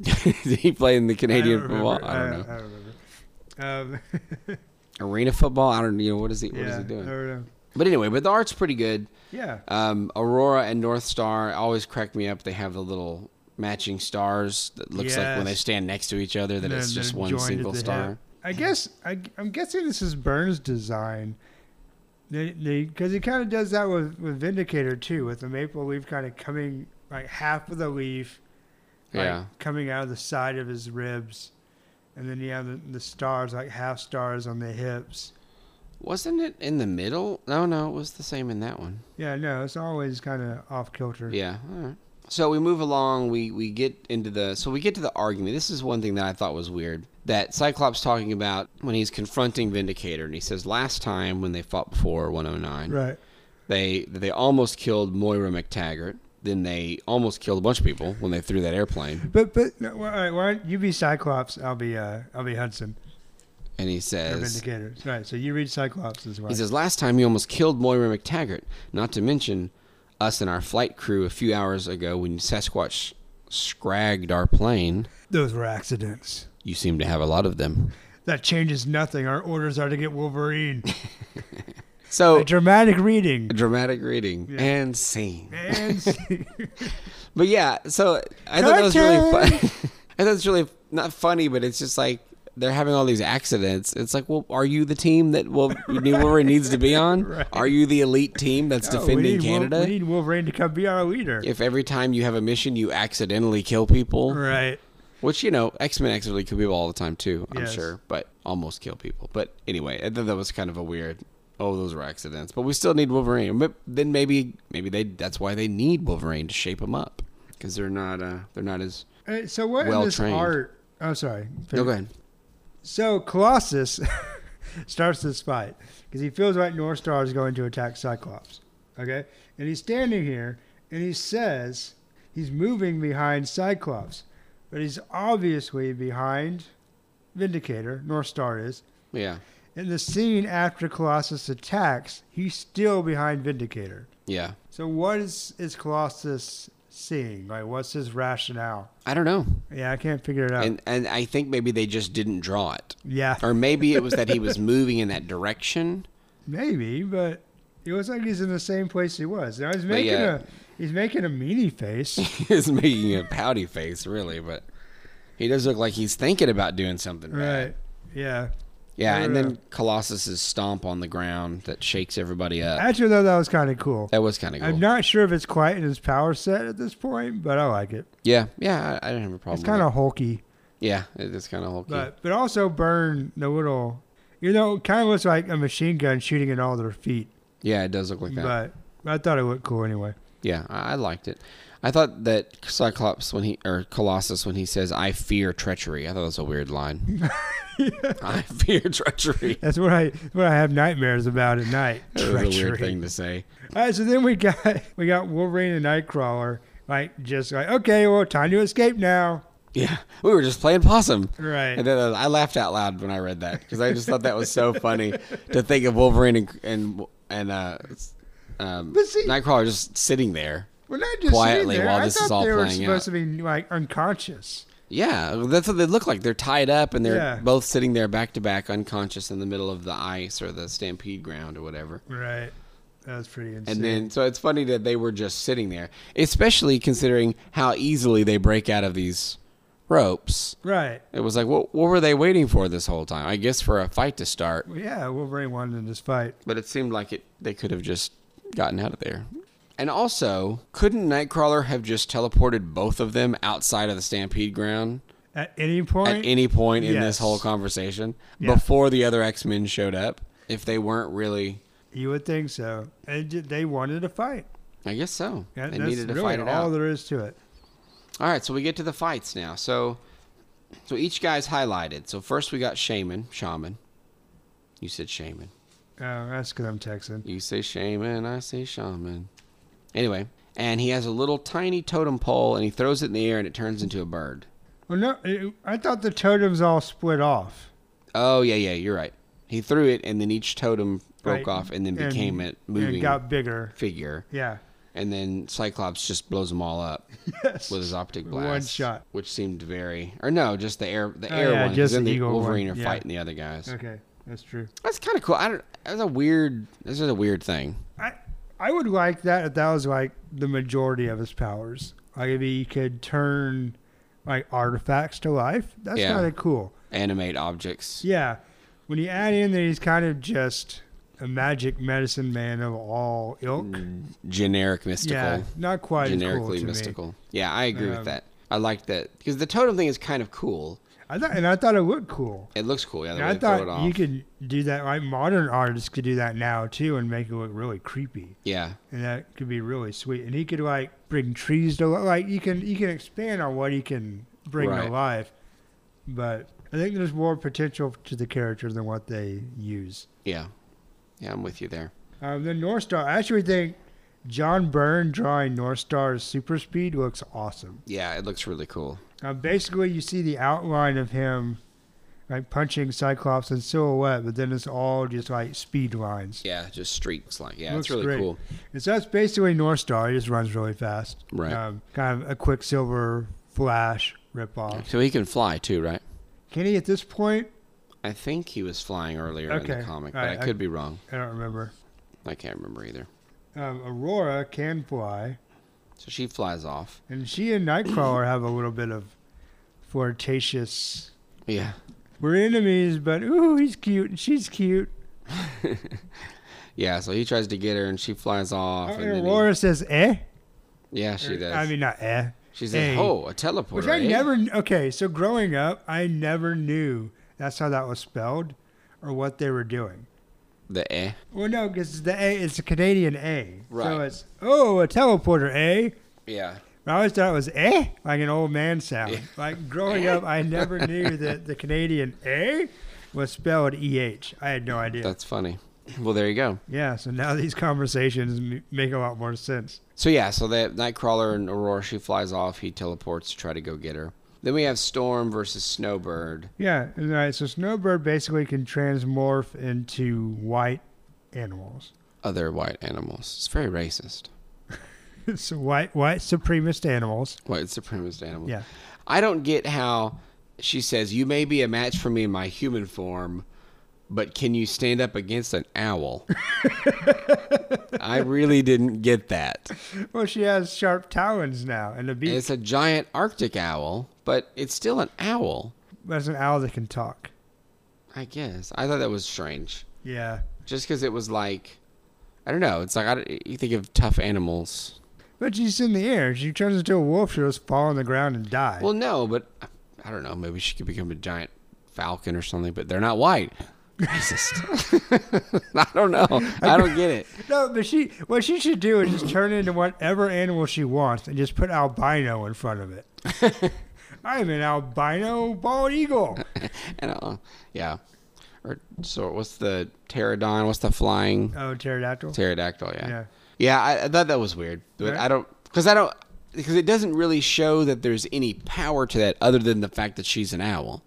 C: Did he play in the Canadian
B: I don't
C: football?
B: remember.
C: I don't know.
B: I don't remember. Um,
C: Arena football? I don't. You know what is he? What is
B: yeah,
C: he doing?
B: I don't know.
C: But anyway, but the art's pretty good.
B: Yeah.
C: Um, Aurora and North Star always crack me up. They have the little matching stars that looks like when they
B: Yes.
C: stand next to each other that
B: And
C: it's
B: then
C: just
B: they're
C: one
B: joined at
C: single
B: the
C: star.
B: hip. I guess I, I'm guessing this is Burns' design. They because he kind of does that with, with Vindicator too, with the maple leaf kind of coming like half of the leaf, like,
C: Yeah.
B: coming out of the side of his ribs, and then you have the, the stars like half stars on the hips.
C: Wasn't it in the middle? No, no, it was the same in that one.
B: Yeah, no, it's always kind of off kilter.
C: Yeah. All right. So we move along. We we get into the so we get to the argument. This is one thing that I thought was weird that Cyclops talking about when he's confronting Vindicator and he says last time when they fought before 109
B: Right.
C: they they almost killed Moira McTaggart. Then they almost killed a bunch of people when they threw that airplane.
B: But but no, why, all right, why don't you be Cyclops? I'll be uh, I'll be Hudson.
C: And he
B: Or
C: says,
B: Vindicator. Right. So you read Cyclops as well.
C: he says, last time you almost killed Moira McTaggart, not to mention us and our flight crew a few hours ago when Sasquatch scragged our plane.
B: Those were accidents.
C: You seem to have a lot of them.
B: That changes nothing. Our orders are to get Wolverine.
C: So
B: A dramatic reading.
C: dramatic reading and scene.
B: And
C: But yeah, so I thought that was really fun.
B: Cartoon.
C: I thought it's really not funny, but it's just like they're having all these accidents. It's like, well, are you the team that well Wolverine needs to be on? Are you the elite team that's
B: we
C: defending
B: need Wol-
C: Canada?
B: we need Wolverine to come be our leader.
C: if every time you have a mission you accidentally kill people,
B: Right.
C: which you know X Men accidentally kill people all the time too, I'm
B: Yes.
C: sure, but almost kill people. But anyway, I thought that was kind of a weird. Oh, those were accidents, but we still need Wolverine. But then maybe maybe they that's why they need Wolverine to shape them up because they're not uh they're not as
B: Uh, so what in this
C: Well-trained.
B: art? Oh, sorry.
C: no go ahead
B: So Colossus starts this fight because he feels like North Star is going to attack Cyclops. Okay, and he's standing here and he says he's moving behind Cyclops, but he's obviously behind Vindicator. North Star is.
C: yeah
B: In the scene after Colossus attacks, he's still behind Vindicator.
C: yeah
B: So what is is Colossus seeing? Like, what's his rationale?
C: I don't know.
B: Yeah, I can't figure it out.
C: And and I think maybe they just didn't draw it.
B: yeah,
C: Or maybe it was that he was moving in that direction.
B: maybe, but it looks like he's in the same place he was. Now he's making
C: yeah.
B: a he's making a meanie face.
C: He is making a pouty face, really, but he does look like he's thinking about doing something bad.
B: right. Yeah.
C: Yeah,
B: I don't
C: and then
B: know.
C: Colossus's stomp on the ground that shakes everybody up.
B: Actually, though, that was kind of cool.
C: That was kind of cool.
B: I'm not sure if it's quite in his power set at this point, but I like it.
C: yeah, yeah, I, I didn't have a problem.
B: It's kind
C: with
B: of hulky,
C: it. yeah, it- it's kind of hulky.
B: but but also burn the little. You know, it kind of looks like a machine gun shooting at all their feet,
C: yeah, it does look like that.
B: but I thought it looked cool anyway.
C: yeah, I, I liked it. I thought that Cyclops when he or Colossus when he says "I fear treachery," I thought it was a weird line. I fear treachery.
B: That's what I what I have nightmares about at night.
C: That was a weird
B: Treachery.
C: thing to say.
B: All right, so then we got we got Wolverine and Nightcrawler, like just like okay, well, time to escape now.
C: Yeah, we were just playing possum.
B: Right.
C: And then uh, I laughed out loud when I read that because I just thought that was so funny to think of Wolverine and and and uh, um,
B: But see-
C: Nightcrawler just sitting there.
B: Well, not just
C: Quietly
B: sitting there.
C: while
B: I
C: this is
B: thought
C: all
B: they were
C: playing
B: supposed to be like unconscious.
C: Yeah, that's what they look like. They're tied up and they're
B: Yeah.
C: both sitting there back to back, unconscious in the middle of the ice or the stampede ground or whatever.
B: Right. That was pretty insane.
C: And then, so it's funny that they were just sitting there, especially considering how easily they break out of these ropes.
B: right.
C: It was like, what, what were they waiting for this whole time? I guess for a fight to start.
B: Yeah, Wolverine wanted in this fight.
C: But it seemed like it they could have just gotten out of there. And also, couldn't Nightcrawler have just teleported both of them outside of the Stampede ground
B: At any point,
C: at any point in this
B: Yes.
C: whole conversation
B: Yeah.
C: before the other X Men showed up? If they weren't really,
B: you would think so. And ju- they wanted a fight.
C: I guess so.
B: That-
C: they
B: that's
C: needed to
B: really
C: fight it
B: all
C: out.
B: there is to it.
C: all right, so we get to the fights now. So, so each guy's highlighted. So first we got Shaman. Shaman. You said Shaman.
B: Oh, that's because I'm Texan.
C: You say shaman, I say shaman. Anyway, and he has a little tiny totem pole and he throws it in the air and it turns into a bird.
B: Well, no, it, I thought the totems all split off.
C: Oh, yeah, yeah, you're right. He threw it and then each totem broke
B: Right.
C: off and then
B: and-
C: became a
B: And
C: moving
B: got bigger.
C: figure.
B: Yeah.
C: And then Cyclops just blows them all up
B: Yes.
C: with his optic
B: One
C: blast.
B: shot.
C: Which seemed very. Or no, just the air the
B: Oh,
C: air
B: yeah,
C: one. 'cause
B: just
C: then
B: the
C: the
B: eagle one,
C: Wolverine are
B: yeah.
C: fighting the other guys.
B: Okay, that's true.
C: That's kind of cool. I don't. That's a weird. This is a weird thing.
B: I I would like that if that was like the majority of his powers. Like if he could turn like artifacts to life, that's
C: Yeah.
B: kind of cool.
C: Animate objects.
B: Yeah, when you add in that he's kind of just a magic medicine man of all ilk.
C: Generic Mm, mystical.
B: Yeah, not quite as cool
C: generically
B: to me.
C: mystical. Yeah, I agree
B: Um,
C: with that. I like that because the totem thing is kind of cool.
B: I thought, and I thought it looked cool.
C: It looks cool. Yeah, the
B: And
C: way
B: I
C: they throw it
B: thought
C: off.
B: you could do that. Like modern artists could do that now too, and make it look really creepy.
C: yeah,
B: and that could be really sweet. And he could like bring trees to li- like you can you can expand on what he can bring to
C: Right.
B: life. But I think there's more potential to the character than what they use.
C: yeah, yeah. I'm with you there.
B: Um, the North Star, I actually think John Byrne drawing North Star's super speed looks awesome.
C: Yeah, it looks really cool.
B: Uh, basically, you see the outline of him like punching Cyclops in silhouette, but then it's all just like speed lines.
C: Yeah, just streaks like yeah,
B: Looks
C: it's really
B: great.
C: cool.
B: And so that's basically North Star. He just runs really fast.
C: Right.
B: Um, kind of a Quicksilver Flash ripoff.
C: So he can fly too, right?
B: Can he at this point?
C: I think he was flying earlier in
B: Okay,
C: the comic,
B: all
C: but
B: right,
C: I
B: I-
C: could be wrong.
B: I don't remember.
C: I can't remember either.
B: Um, Aurora can fly,
C: So she flies off.
B: and she and Nightcrawler have a little bit of flirtatious.
C: Yeah,
B: We're enemies, but ooh, he's cute and she's cute.
C: yeah. So he tries to get her, and she flies off.
B: and
C: and then he-
B: Aurora says, "Eh."
C: yeah, she
B: Or-
C: does.
B: I mean, not eh.
C: she says,
B: hey.
C: "Oh, a teleporter."
B: Which I
C: eh?"
B: never. Okay, so growing up, I never knew that's how that was spelled, or what they were doing.
C: the eh.
B: Well, no, because the A it's a Canadian A, so
C: Right.
B: it's oh a teleporter A.
C: Yeah,
B: I always thought it was eh, like an old man sound.
C: Yeah.
B: Like growing up, I never knew that the Canadian A was spelled E H. I had no idea.
C: that's funny. Well, there you go.
B: yeah, so now these conversations m- make a lot more sense.
C: So yeah, so that Nightcrawler and Aurora, she flies off. He teleports to try to go get her. Then we have Storm versus Snowbird.
B: Yeah, all right. So Snowbird basically can transmorph into white animals.
C: Other white animals. It's very racist.
B: It's white, white supremacist animals.
C: White supremacist animal.
B: Yeah.
C: I don't get how she says, You may be a match for me in my human form, but can you stand up against an owl? I really didn't get that.
B: Well, she has sharp talons now and a beak.
C: It's a giant Arctic owl, but it's still an owl,
B: That's an owl that can talk.
C: I guess. I thought that was strange.
B: Yeah.
C: Just because it was like, I don't know. It's like, I, don't- you think of tough animals.
B: But she's in the air. She turns into a wolf. She'll just fall on the ground and die.
C: Well, no, but I- I don't know. Maybe she could become a giant falcon or something, but they're not white. Racist. I don't know. I don't get it.
B: no, but she what she should do is just turn into whatever animal she wants and just put albino in front of it. I'm an albino bald eagle.
C: And uh, yeah, or so what's the pterodon? What's the flying
B: Oh, pterodactyl.
C: pterodactyl? Yeah,
B: Yeah.
C: yeah. I, I thought that was weird, but
B: Right.
C: I don't because I don't because it doesn't really show that there's any power to that other than the fact that she's an owl.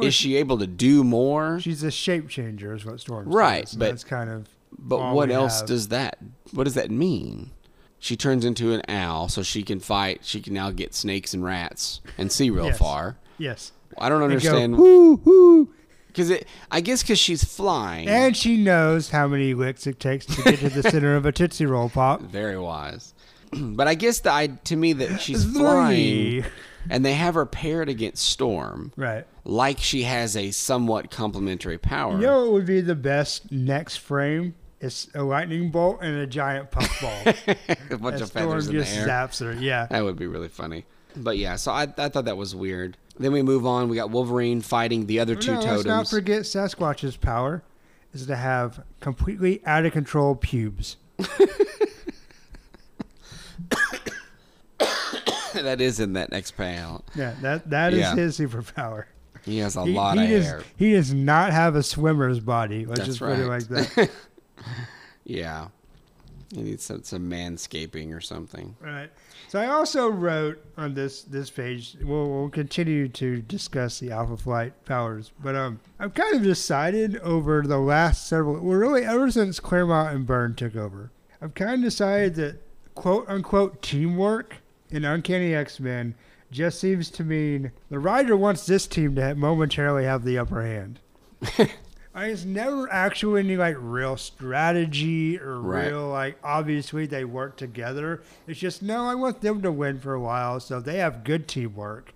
C: Is she able to do more?
B: She's a shape changer, is what Storm.
C: Right,
B: says, and
C: but-
B: that's kind of.
C: But
B: all
C: what
B: we
C: else
B: have.
C: does that? What does that mean? She turns into an owl, so she can fight. She can now get snakes and rats and see real
B: Yes.
C: far.
B: Yes.
C: I don't
B: And go,
C: understand
B: woo woo.
C: because it. I guess because she's flying.
B: And she knows how many licks it takes to get to the center of a Tootsie Roll Pop.
C: Very wise. but I guess the I, to me that she's
B: Three.
C: flying, and they have her paired against Storm,
B: Right.
C: like she has a somewhat complementary power.
B: You know what would be the best next frame? It's a lightning bolt and a giant puffball.
C: a bunch
B: And
C: of feathers
B: Storm
C: in the
B: just
C: air. Uh,
B: zaps her. Yeah.
C: That would be really funny. But yeah, so I, I thought that was weird. Then we move on. We got Wolverine fighting the other two
B: Oh, no,
C: totems.
B: let's not forget Sasquatch's power is to have completely out of control pubes.
C: that is in that next panel.
B: Yeah, that that is
C: Yeah.
B: his superpower.
C: He has a lot
B: he
C: of
B: does,
C: hair.
B: He does not have a swimmer's body. Let's
C: That's
B: just put it
C: right.
B: like that.
C: Yeah. He needs some, some manscaping or something.
B: right. So I also wrote on this this page. We'll, we'll continue to discuss the Alpha Flight powers, but um, I've kind of decided over the last several. Well, really, ever since Claremont and Byrne took over, I've kind of decided that quote unquote teamwork in Uncanny X Men just seems to mean the writer wants this team to momentarily have the upper hand. I mean, it's never actually any like real strategy or
C: Right.
B: real like obviously they work together. It's just no, I want them to win for a while, so they have good teamwork,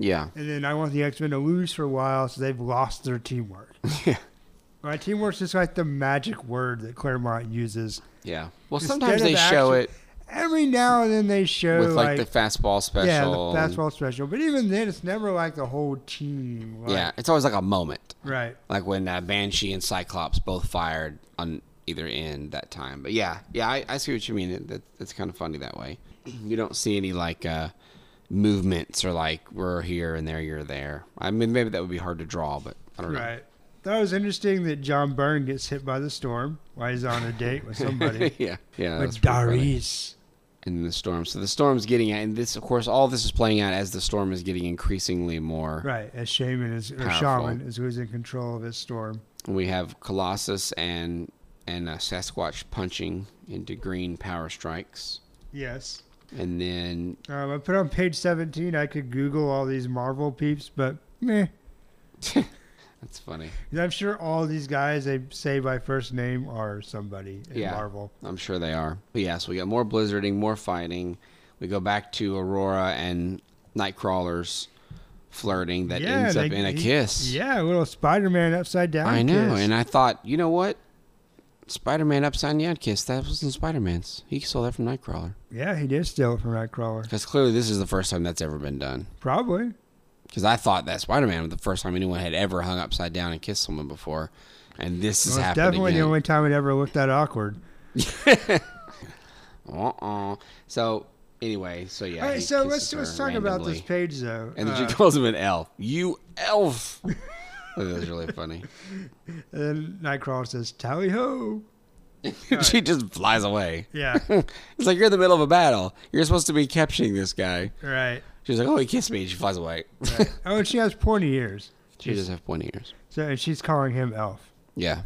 C: Yeah.
B: and then I want the X Men to lose for a while, so they've lost their teamwork.
C: Yeah.
B: Right? Teamwork's just like the magic word that Claremont uses.
C: Yeah. Well,
B: Instead
C: sometimes
B: of
C: they show
B: action-
C: it
B: Every now and then they show
C: with
B: like,
C: like, the fastball special.
B: yeah, the
C: and-
B: fastball special, but even then, it's never like the whole team. Like,
C: yeah, it's always like a moment,
B: right.
C: like when uh, Banshee and Cyclops both fired on either end that time. But yeah, yeah, I, I see what you mean. It, that, it's kind of funny that way. You don't see any like uh, movements or like we're here and there, you're there. I mean, maybe that would be hard to draw, but I don't
B: Right. Thought it was interesting that John Byrne gets hit by the storm while he's on a date with
C: know.
B: somebody.
C: yeah, yeah, that's
B: with
C: pretty funny.
B: Darius.
C: And the storm. So the storm's getting out, and this, of course, all this is playing out as the storm is getting increasingly more
B: Right, as Shaman is or
C: Powerful.
B: Shaman is losing control of his storm.
C: We have Colossus and and uh, Sasquatch punching into green power strikes,
B: Yes.
C: and then
B: Um, I put on page seventeen I could Google all these Marvel peeps, but meh.
C: that's funny.
B: 'Cause I'm sure all these guys they say by first name are somebody in
C: Yeah.
B: Marvel.
C: I'm sure they are. But yeah, so we got more blizzarding, more fighting. We go back to Aurora and Nightcrawler's flirting that
B: Yeah,
C: ends up
B: they-
C: in a
B: he-
C: kiss.
B: Yeah, a little Spider Man upside down.
C: I know,
B: kiss.
C: and I thought, you know what? Spider-Man upside down kiss. That wasn't Spider-Man's. He stole that from Nightcrawler.
B: yeah, he did steal it from Nightcrawler.
C: Because clearly, this is the first time that's ever been done.
B: Probably.
C: Because I thought that Spider Man was the first time anyone had ever hung upside down and kissed someone before. And this is
B: Well, it's
C: happening.
B: definitely the only time it ever looked that awkward.
C: Uh-uh. So, anyway, so yeah.
B: All right,
C: he
B: so
C: kisses
B: let's
C: her
B: let's talk about this
C: randomly.
B: page though.
C: And then
B: Uh,
C: she calls him an elf. You elf! that was really funny.
B: and then Nightcrawler says, "Tally ho!"
C: she just flies away. Hmm.
B: Yeah,
C: It's like you're in the middle of a battle. You're supposed to be capturing this guy.
B: right.
C: She's like, oh, he kissed me. And she flies away.
B: Oh, and she has pointy ears.
C: she does have pointy ears.
B: So and she's calling him Elf.
C: Yeah.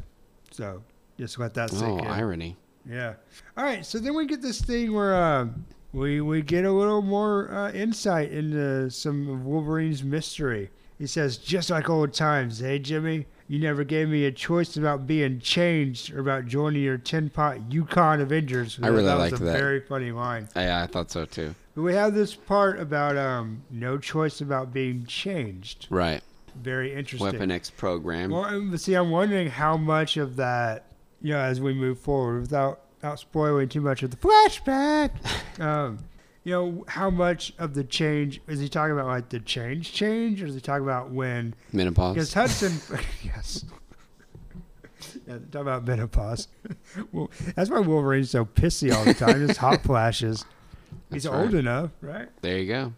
B: So just let that
C: Oh,
B: sink in.
C: irony.
B: Yeah. All right. So then we get this thing where um, we we get a little more uh, insight into some of Wolverine's mystery. He says, "Just like old times, eh, Jimmy? You never gave me a choice about being changed or about joining your tin pot Yukon Avengers."
C: I really
B: that was
C: liked
B: a
C: that.
B: Very funny line.
C: Yeah, I thought so too.
B: But we have this part about um, no choice about being changed.
C: Right.
B: Very interesting.
C: Weapon X program.
B: Well, um, see, I'm wondering how much of that, you know, as we move forward, without, without spoiling too much of the flashback, um, you know, how much of the change is he talking about, like the change change, or is he talking about when? Because
C: Menopause.
B: Hudson, yes, yeah, talking about menopause. well, that's why Wolverine's so pissy all the time. His hot flashes. He's
C: That's
B: old
C: right.
B: enough, right?
C: There you go.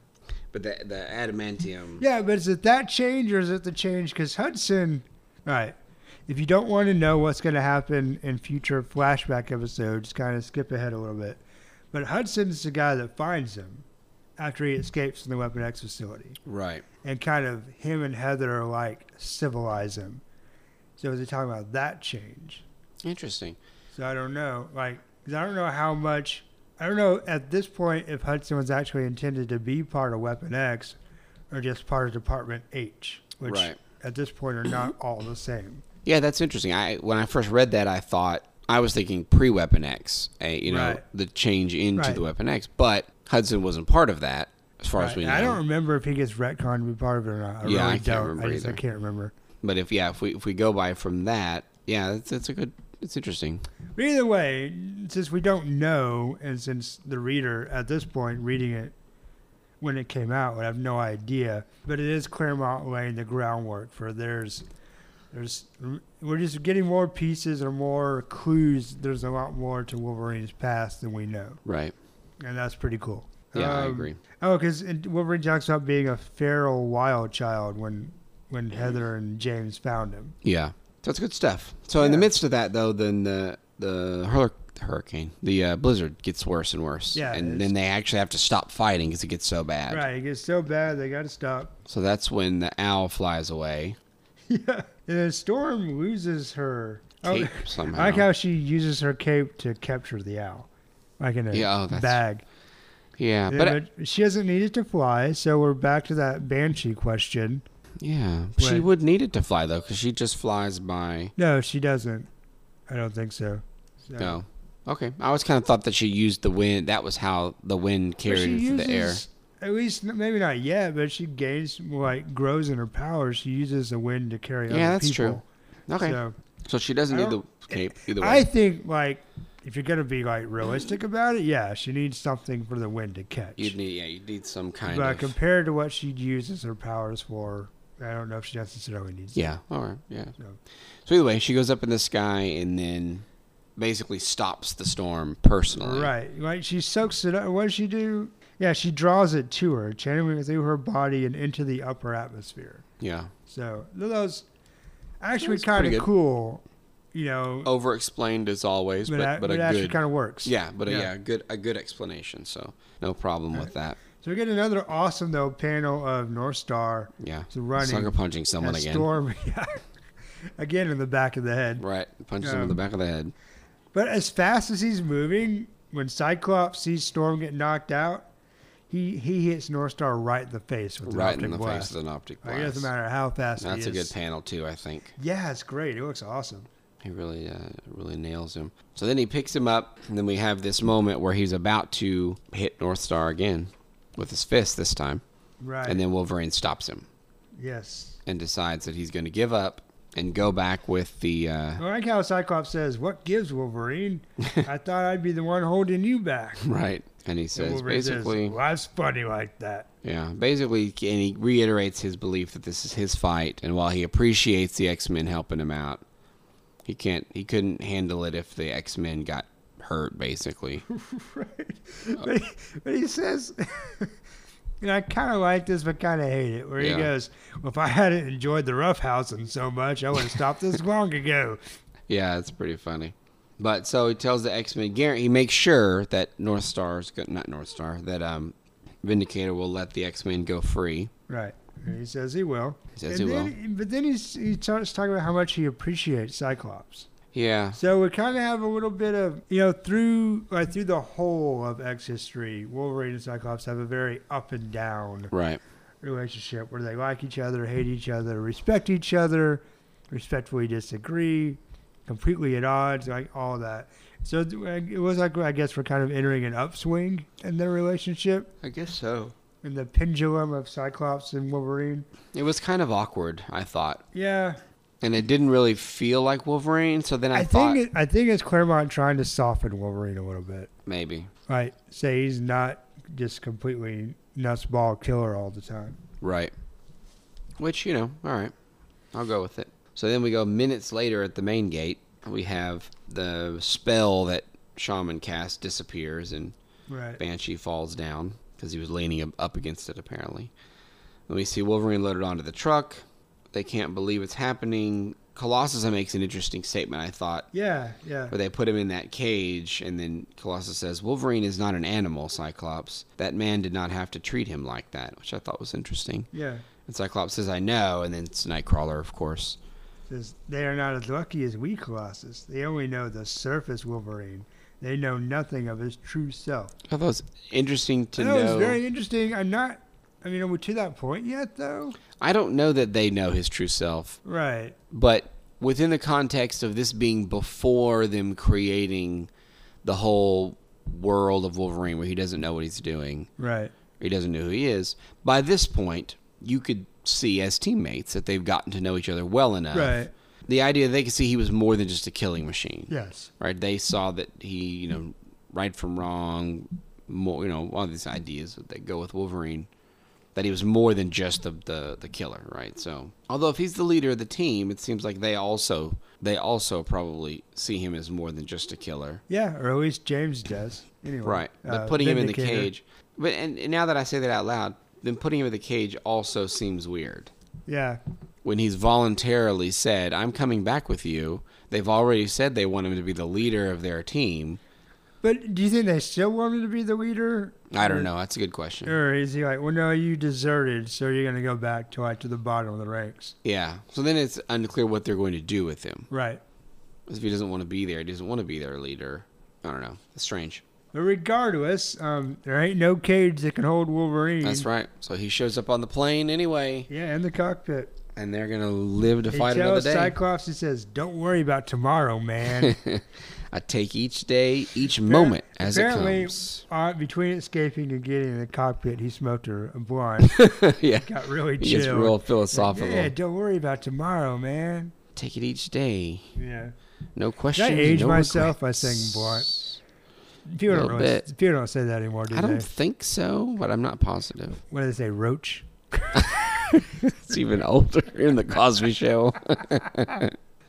C: But the the adamantium.
B: Yeah, but is it that change or is it the change? Because Hudson, all right. If you don't want to know what's going to happen in future flashback episodes, kind of skip ahead a little bit. But Hudson's the guy that finds him after he escapes from the Weapon X facility,
C: Right.
B: and kind of him and Heather are like civilize him. So is he talking about that change?
C: Interesting.
B: So I don't know, like, 'cause I don't know how much. I don't know at this point if Hudson was actually intended to be part of Weapon X, or just part of Department H, which
C: Right.
B: at this point are not all the same.
C: Yeah, that's interesting. I when I first read that, I thought I was thinking pre-Weapon X, eh, you know,
B: Right.
C: the change into
B: Right.
C: the Weapon X. But Hudson wasn't part of that, as far as
B: Right.
C: we
B: And
C: know.
B: I don't remember if he gets retconned to be part of it or not. I
C: Yeah,
B: really
C: I can't
B: don't.
C: remember
B: I, just, I
C: either.
B: can't remember.
C: But if yeah, if we if we go by from that, yeah, that's, that's a good. It's interesting.
B: But either way, since we don't know, and since the reader at this point reading it when it came out would have no idea, but it is Claremont laying the groundwork for there's, there's, we're just getting more pieces or more clues. There's a lot more to Wolverine's past than we know,
C: Right.
B: and that's pretty cool.
C: Yeah, I
B: Um,
C: agree.
B: Oh, because Wolverine talks about being a feral wild child when when Heather and James found him.
C: Yeah. So it's good stuff. So in the
B: Yeah.
C: midst of that, though, then the the hur- hurricane, the uh, blizzard gets worse and worse.
B: Yeah,
C: And
B: it's-
C: then they actually have to stop fighting because it gets so bad.
B: Right, it gets so bad they got to stop.
C: So that's when the owl flies away.
B: Yeah. And then Storm loses her
C: Cape
B: Oh,
C: somehow.
B: I like how she uses her cape to capture the owl, like in a
C: Yeah, oh, that's-
B: bag.
C: Yeah,
B: And
C: but
B: then- but she doesn't need it to fly, so we're back to that banshee question.
C: yeah, she
B: Right.
C: would need it to fly though, because she just flies by.
B: No, she doesn't. I don't think so. So-
C: No, okay. I always kind of thought that she used the wind. That was how the wind
B: But
C: carried
B: she
C: her through the air.
B: uses- At least, maybe not yet, but she gains like grows in her power. She uses the wind to carry.
C: Yeah,
B: other
C: that's
B: people.
C: Okay, so,
B: So,
C: she doesn't
B: I
C: need the
B: don't-
C: cape either way.
B: I think like if you're gonna be like realistic about it, yeah, she needs something for the wind to catch.
C: You'd need yeah, you'd need some kind
B: but
C: of
B: compared to what she'd use as her powers for, I don't know if she necessarily needs.
C: yeah. All right, yeah.
B: No.
C: So either way, she goes up in the sky and then basically stops the storm personally.
B: Right. Like she soaks it up. What does she do? Yeah, she draws it to her, channeling it through her body and into the upper atmosphere.
C: Yeah.
B: So those actually
C: That's pretty
B: kind of
C: good.
B: cool, you know.
C: Over explained as always,
B: but
C: but
B: that-
C: but,
B: but it
C: a
B: actually
C: good
B: kind of works.
C: yeah, but a,
B: Yeah.
C: yeah, a good a good explanation. So no problem with that.
B: So we get another awesome though panel of North Star
C: Yeah.
B: So running
C: Sucker punching someone
B: as
C: again.
B: Storm. Yeah. Again in the back of the head.
C: Right. Punches him in the
B: Um,
C: back of the head.
B: But as fast as he's moving, when Cyclops sees Storm get knocked out, he he hits North Star right in the face with the
C: Right
B: optic
C: in the
B: blast.
C: face with an optic
B: Like,
C: blast.
B: it doesn't matter how fast.
C: That's
B: he
C: a
B: is.
C: good panel too, I think.
B: Yeah, it's great. It looks awesome.
C: He really uh, really nails him. So then he picks him up and then we have this moment where he's about to hit North Star again with his fist this time.
B: Right.
C: And then Wolverine stops him.
B: yes.
C: and decides that he's going to give up and go back with the. Uh,
B: I like how Cyclops says, "What gives Wolverine? I thought I'd be the one holding you back."
C: right. And he says
B: Wolverine says,
C: basically,
B: "Life's funny like that."
C: yeah, basically, and he reiterates his belief that this is his fight. And while he appreciates the X Men helping him out, he can't, he couldn't handle it if the X Men got hurt. Basically,
B: right.
C: Oh.
B: But he, but he says, and I kind of like this, but kind of hate it, where
C: Yeah.
B: he goes, well, if I hadn't enjoyed the roughhousing so much, I would have stopped this long ago.
C: yeah, it's pretty funny. But so he tells the X Men, he makes sure that North Star's go- not North Star, that um, Vindicator will let the X Men go free.
B: Right. And he says he will.
C: He says
B: and
C: he
B: then, But then he's, he starts talking about how much he appreciates Cyclops.
C: Yeah.
B: So we kind of have a little bit of you know through like through the whole of X history, Wolverine and Cyclops have a very up and down
C: Right.
B: relationship where they like each other, hate each other, respect each other, respectfully disagree, completely at odds, like all that. So th- like, it was like I guess we're kind of entering an upswing in their relationship,
C: I guess so.
B: in the pendulum of Cyclops and Wolverine.
C: It was kind of awkward, I thought.
B: Yeah,
C: And it didn't really feel like Wolverine, so then I,
B: I
C: thought
B: think it, I think it's Claremont trying to soften Wolverine a little bit.
C: maybe.
B: Right. Say he's not just completely nutsball killer all the time.
C: Right. Which, you know, all right. I'll go with it. So then we go minutes later at the main gate. We have the spell that Shaman cast disappears and
B: Right.
C: Banshee falls down because he was leaning up- up against it, apparently. And we see Wolverine loaded onto the truck. They can't believe it's happening. Colossus makes an interesting statement, I thought,
B: Yeah, yeah.
C: where they put him in that cage, and then Colossus says, Wolverine is not an animal, Cyclops. That man did not have to treat him like that, which I thought was interesting.
B: Yeah.
C: And Cyclops says, I know, and then it's Nightcrawler, of course.
B: Says they are not as lucky as we Colossus. They only know the surface Wolverine. They know nothing of his true self.
C: I thought it was interesting to
B: That
C: know.
B: was very interesting. I'm not I mean, are we to that point yet though?
C: I don't know that they know his true self,
B: Right.
C: but within the context of this being before them creating the whole world of Wolverine where he doesn't know what he's doing,
B: Right.
C: or he doesn't know who he is, by this point, you could see as teammates that they've gotten to know each other well enough.
B: Right.
C: The idea they could see he was more than just a killing machine.
B: Yes.
C: right? They saw that he, you know, right from wrong, more, you know, all these ideas that go with Wolverine, that he was more than just the, the the killer, right? So, although if he's the leader of the team, it seems like they also they also probably see him as more than just a killer,
B: Yeah, or at least James does. Anyway.
C: right? But
B: uh,
C: putting him in the
B: Vindicator.
C: cage, but and, and now that I say that out loud, then putting him in the cage also seems weird.
B: Yeah.
C: When he's voluntarily said, "I'm coming back with you," they've already said they want him to be the leader of their team.
B: But do you think they still want him to be the leader?
C: I don't
B: Or-
C: know. That's a good question.
B: Or is he like, well, no, you deserted, so you're going to go back to like to the bottom of the ranks?
C: Yeah. So then it's unclear what they're going to do with him.
B: Right.
C: 'Cause if he doesn't want to be there, he doesn't want to be their leader. I don't know. It's strange.
B: But regardless, um, there ain't no cage that can hold Wolverine.
C: That's right. So he shows up on the plane anyway,
B: Yeah, in the cockpit.
C: and they're gonna live to
B: He
C: fight another
B: tells
C: day.
B: Cyclops, he says, don't worry about tomorrow, man.
C: I take each day, each moment as it
B: Apparently,
C: comes.
B: uh, between escaping and getting in the cockpit, he smoked her a blunt.
C: yeah.
B: got really
C: He gets
B: chill.
C: real philosophical.
B: yeah, don't worry about tomorrow, man.
C: Take it each day.
B: Yeah.
C: No
B: Did I
C: questions.
B: age
C: no
B: myself by
C: regrets.
B: saying blunt? People don't,
C: Little
B: really,
C: bit.
B: people don't say that anymore, do
C: I don't
B: they?
C: think so, but I'm not positive.
B: What do they say, roach?
C: It's even older in the Cosby Show.
B: That's what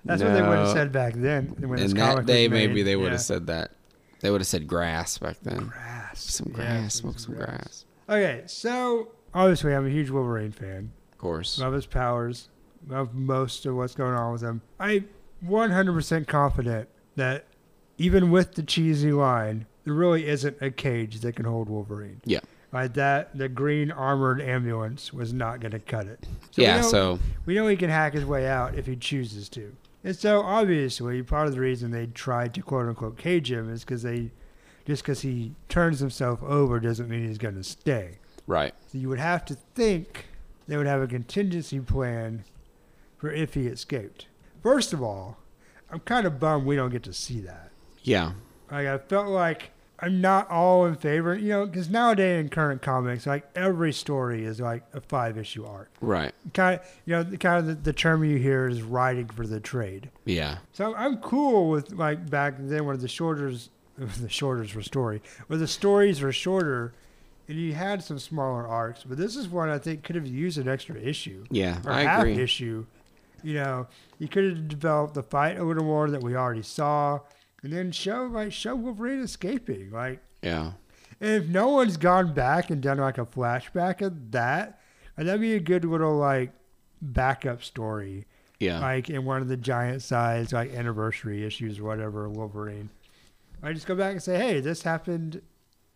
B: they would have
C: No.
B: said back then. When this
C: And
B: comic
C: that
B: was
C: day,
B: made.
C: maybe they would
B: Yeah.
C: have said that. They would have said grass back then.
B: grass.
C: Some
B: Yeah,
C: grass, smoke some grass.
B: Okay, so obviously I'm a huge Wolverine fan.
C: Of course.
B: Love his powers. Love most of what's going on with him. I'm 100% confident that even with the cheesy line, there really isn't a cage that can hold Wolverine.
C: Yeah.
B: Like that, the green armored ambulance was not going to cut it. we
C: yeah,
B: know-
C: so
B: We know he can hack his way out if he chooses to. And so, obviously, part of the reason they tried to quote unquote cage him is because they, just because he turns himself over doesn't mean he's going to stay.
C: right.
B: So, you would have to think they would have a contingency plan for if he escaped. First of all, I'm kind of bummed we don't get to see that.
C: Yeah.
B: Like, I felt like I'm not all in favor, you know, because nowadays in current comics, like every story is like a five issue arc
C: Right.
B: kind of, you know the kind of the, the term you hear is riding for the trade
C: Yeah.
B: so i'm cool with like back then when the shorters the shorters were story where the stories were shorter and you had some smaller arcs but this is one i think could have used an extra issue
C: Yeah.
B: or
C: I
B: half
C: agree.
B: issue you know you could have developed the fight a little more that we already saw and then show like show wolverine escaping like
C: Yeah.
B: if no one's gone back and done like a flashback of that, and that'd be a good little like backup story,
C: Yeah.
B: like in one of the giant size like anniversary issues, or whatever Wolverine. I just go back and say, hey, this happened,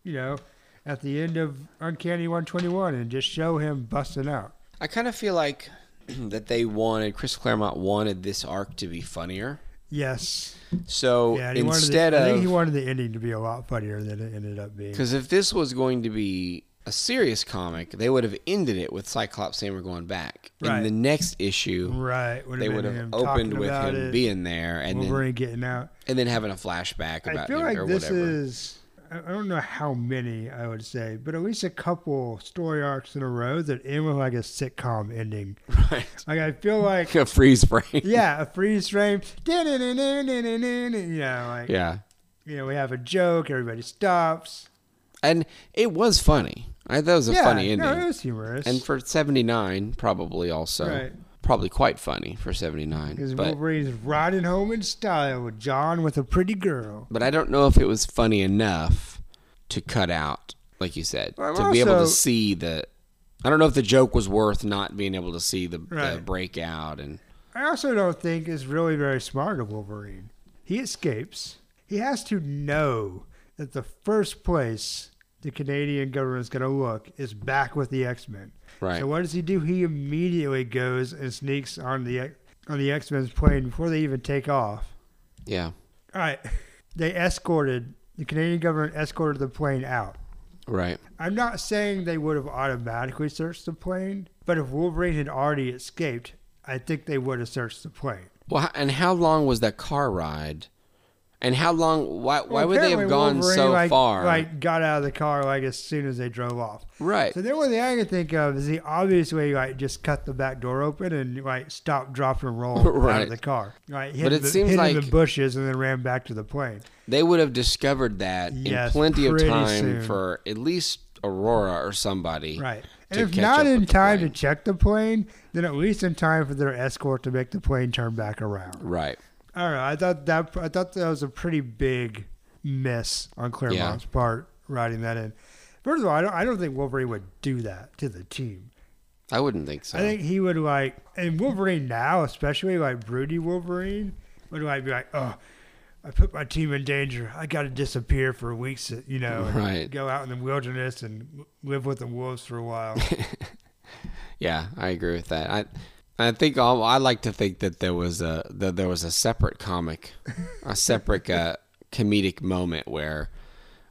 B: you know, at the end of Uncanny 121, and just show him busting out.
C: I kind of feel like that they wanted Chris Claremont wanted this arc to be funnier.
B: Yes.
C: So
B: Yeah, and he wanted
C: instead
B: the, I think he
C: of
B: wanted the ending to be a lot funnier than it ended up being.
C: because if this was going to be a serious comic, they would have ended it with Cyclops Hammer going back.
B: Right.
C: In the next issue,
B: Right. would've
C: they
B: been
C: would
B: him
C: have
B: talking
C: opened with
B: about
C: him
B: it,
C: being there and then
B: Wolverine getting out.
C: and then having a flashback
B: I
C: about
B: feel
C: him
B: like
C: or
B: this
C: whatever.
B: is. I I don't know how many I would say, but at least a couple story arcs in a row that end with like a sitcom ending.
C: right.
B: Like I feel like,
C: a freeze frame.
B: yeah, a freeze frame. You know, like
C: yeah.
B: you know, we have a joke. Everybody stops.
C: And it was funny. I that was a
B: yeah,
C: funny ending.
B: no, it was humorous.
C: and for 79 probably also.
B: Right.
C: Probably quite funny for 79.
B: Because
C: But
B: Wolverine's riding home in style with John with a pretty girl.
C: but I don't know if it was funny enough to cut out, like you said,
B: Well,
C: to be able
B: also-
C: to see the. I don't know if the joke was worth not being able to see the, the
B: Right.
C: breakout and
B: I also don't think it's really very smart of Wolverine. He escapes. He has to know that the first place the Canadian government's going to look is back with the X Men.
C: right.
B: So what does he do? He immediately goes and sneaks on the X- on the X Men's plane before they even take off.
C: yeah,
B: All right, they escorted the Canadian government escorted the plane out.
C: right.
B: I'm not saying they would have automatically searched the plane, but if Wolverine had already escaped, I think they would have searched the plane.
C: Well, h- and how long was that car ride? And how long? Why why would they have
B: Apparently
C: gone
B: Wolverine,
C: so
B: like-
C: far?
B: Like got out of the car like as soon as they drove off.
C: right.
B: So the only thing I can think of is he obviously like just cut the back door open and like stopped, dropped, and rolled out
C: Right.
B: of the car. Like hit
C: But it
B: the,
C: seems
B: hit
C: like-
B: in the bushes and then ran back to the plane.
C: They would have discovered that in
B: Yes,
C: plenty of
B: pretty
C: time
B: soon.
C: for at least Aurora or somebody.
B: Right. And
C: to
B: if
C: catch
B: not
C: up
B: in
C: with the
B: time to
C: plane.
B: check the plane, then at least in time for their escort to make the plane turn back around.
C: Right.
B: I don't know. I thought that I thought that was a pretty big miss on Claremont's part writing that in. First of all, I don't I don't think Wolverine would do that to the team.
C: I wouldn't think so.
B: I think he would like and Wolverine now, especially like broody Wolverine, would like be like, oh. I put my team in danger. I got to disappear for weeks, uh, you know, and
C: Right.
B: go out in the wilderness and live with the wolves for a while.
C: Yeah, I agree with that. I I think all, I like to think that there was a that there was a separate comic, a separate uh, comedic moment where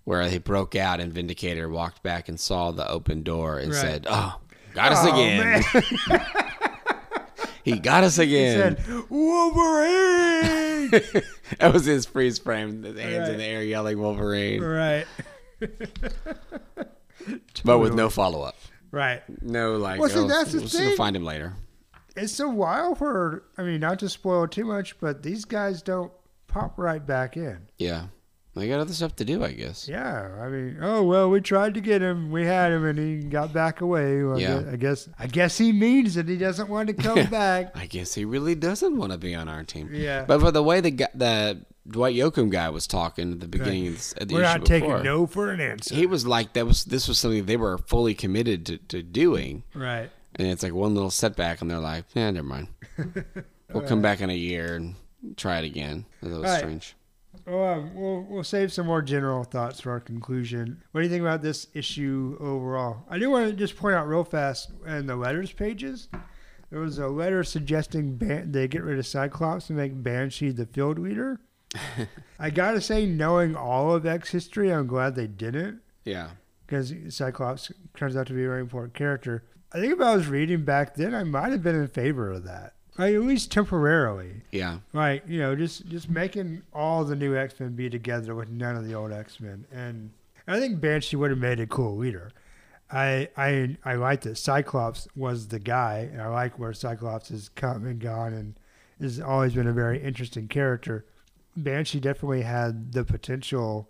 C: where he broke out and Vindicator walked back and saw the open door and
B: Right.
C: said, "Oh, got us
B: Oh,
C: again." he got us
B: He
C: again.
B: said, Wolverine!
C: that was his freeze frame, the hands in
B: Right.
C: the air yelling Wolverine,
B: right.
C: but with no follow up.
B: Right.
C: No, like,
B: Well, see,
C: oh,
B: that's the
C: we're just gonna
B: thing.
C: find him later.
B: it's a while for I mean, not to spoil too much, but these guys don't pop right back in.
C: Yeah, they got other stuff to do, I guess.
B: Yeah, I mean, oh well, we tried to get him, we had him, and he got back away. Well, I
C: Yeah.
B: gue- I guess I guess he means that he doesn't want to come back.
C: I guess he really doesn't want to be on our team.
B: Yeah.
C: But for the way the guy, the Dwight Yoakam guy was talking at the beginning of this- at the
B: We're
C: issue
B: not taking
C: before,
B: no for an answer.
C: He was like that was this was something they were fully committed to, to doing,
B: right.
C: and it's like one little setback, and they're like, "Yeah, never mind. We'll come back in a year and try it again." That was
B: Right.
C: strange.
B: Well, um, we'll we'll save some more general thoughts for our conclusion. What do you think about this issue overall? I do want to just point out real fast in the letters pages, there was a letter suggesting ban- they get rid of Cyclops and make Banshee the field leader. I gotta say, knowing all of X history, I'm glad they didn't
C: Yeah.
B: because Cyclops turns out to be a very important character. I think if I was reading back then, I might have been in favor of that, like, at least temporarily.
C: Yeah.
B: Like you know, just just making all the new X Men be together with none of the old X Men, and I think Banshee would have made a cool leader. I I I liked that Cyclops was the guy, and I like where Cyclops has come and gone, and has always been a very interesting character. Banshee definitely had the potential.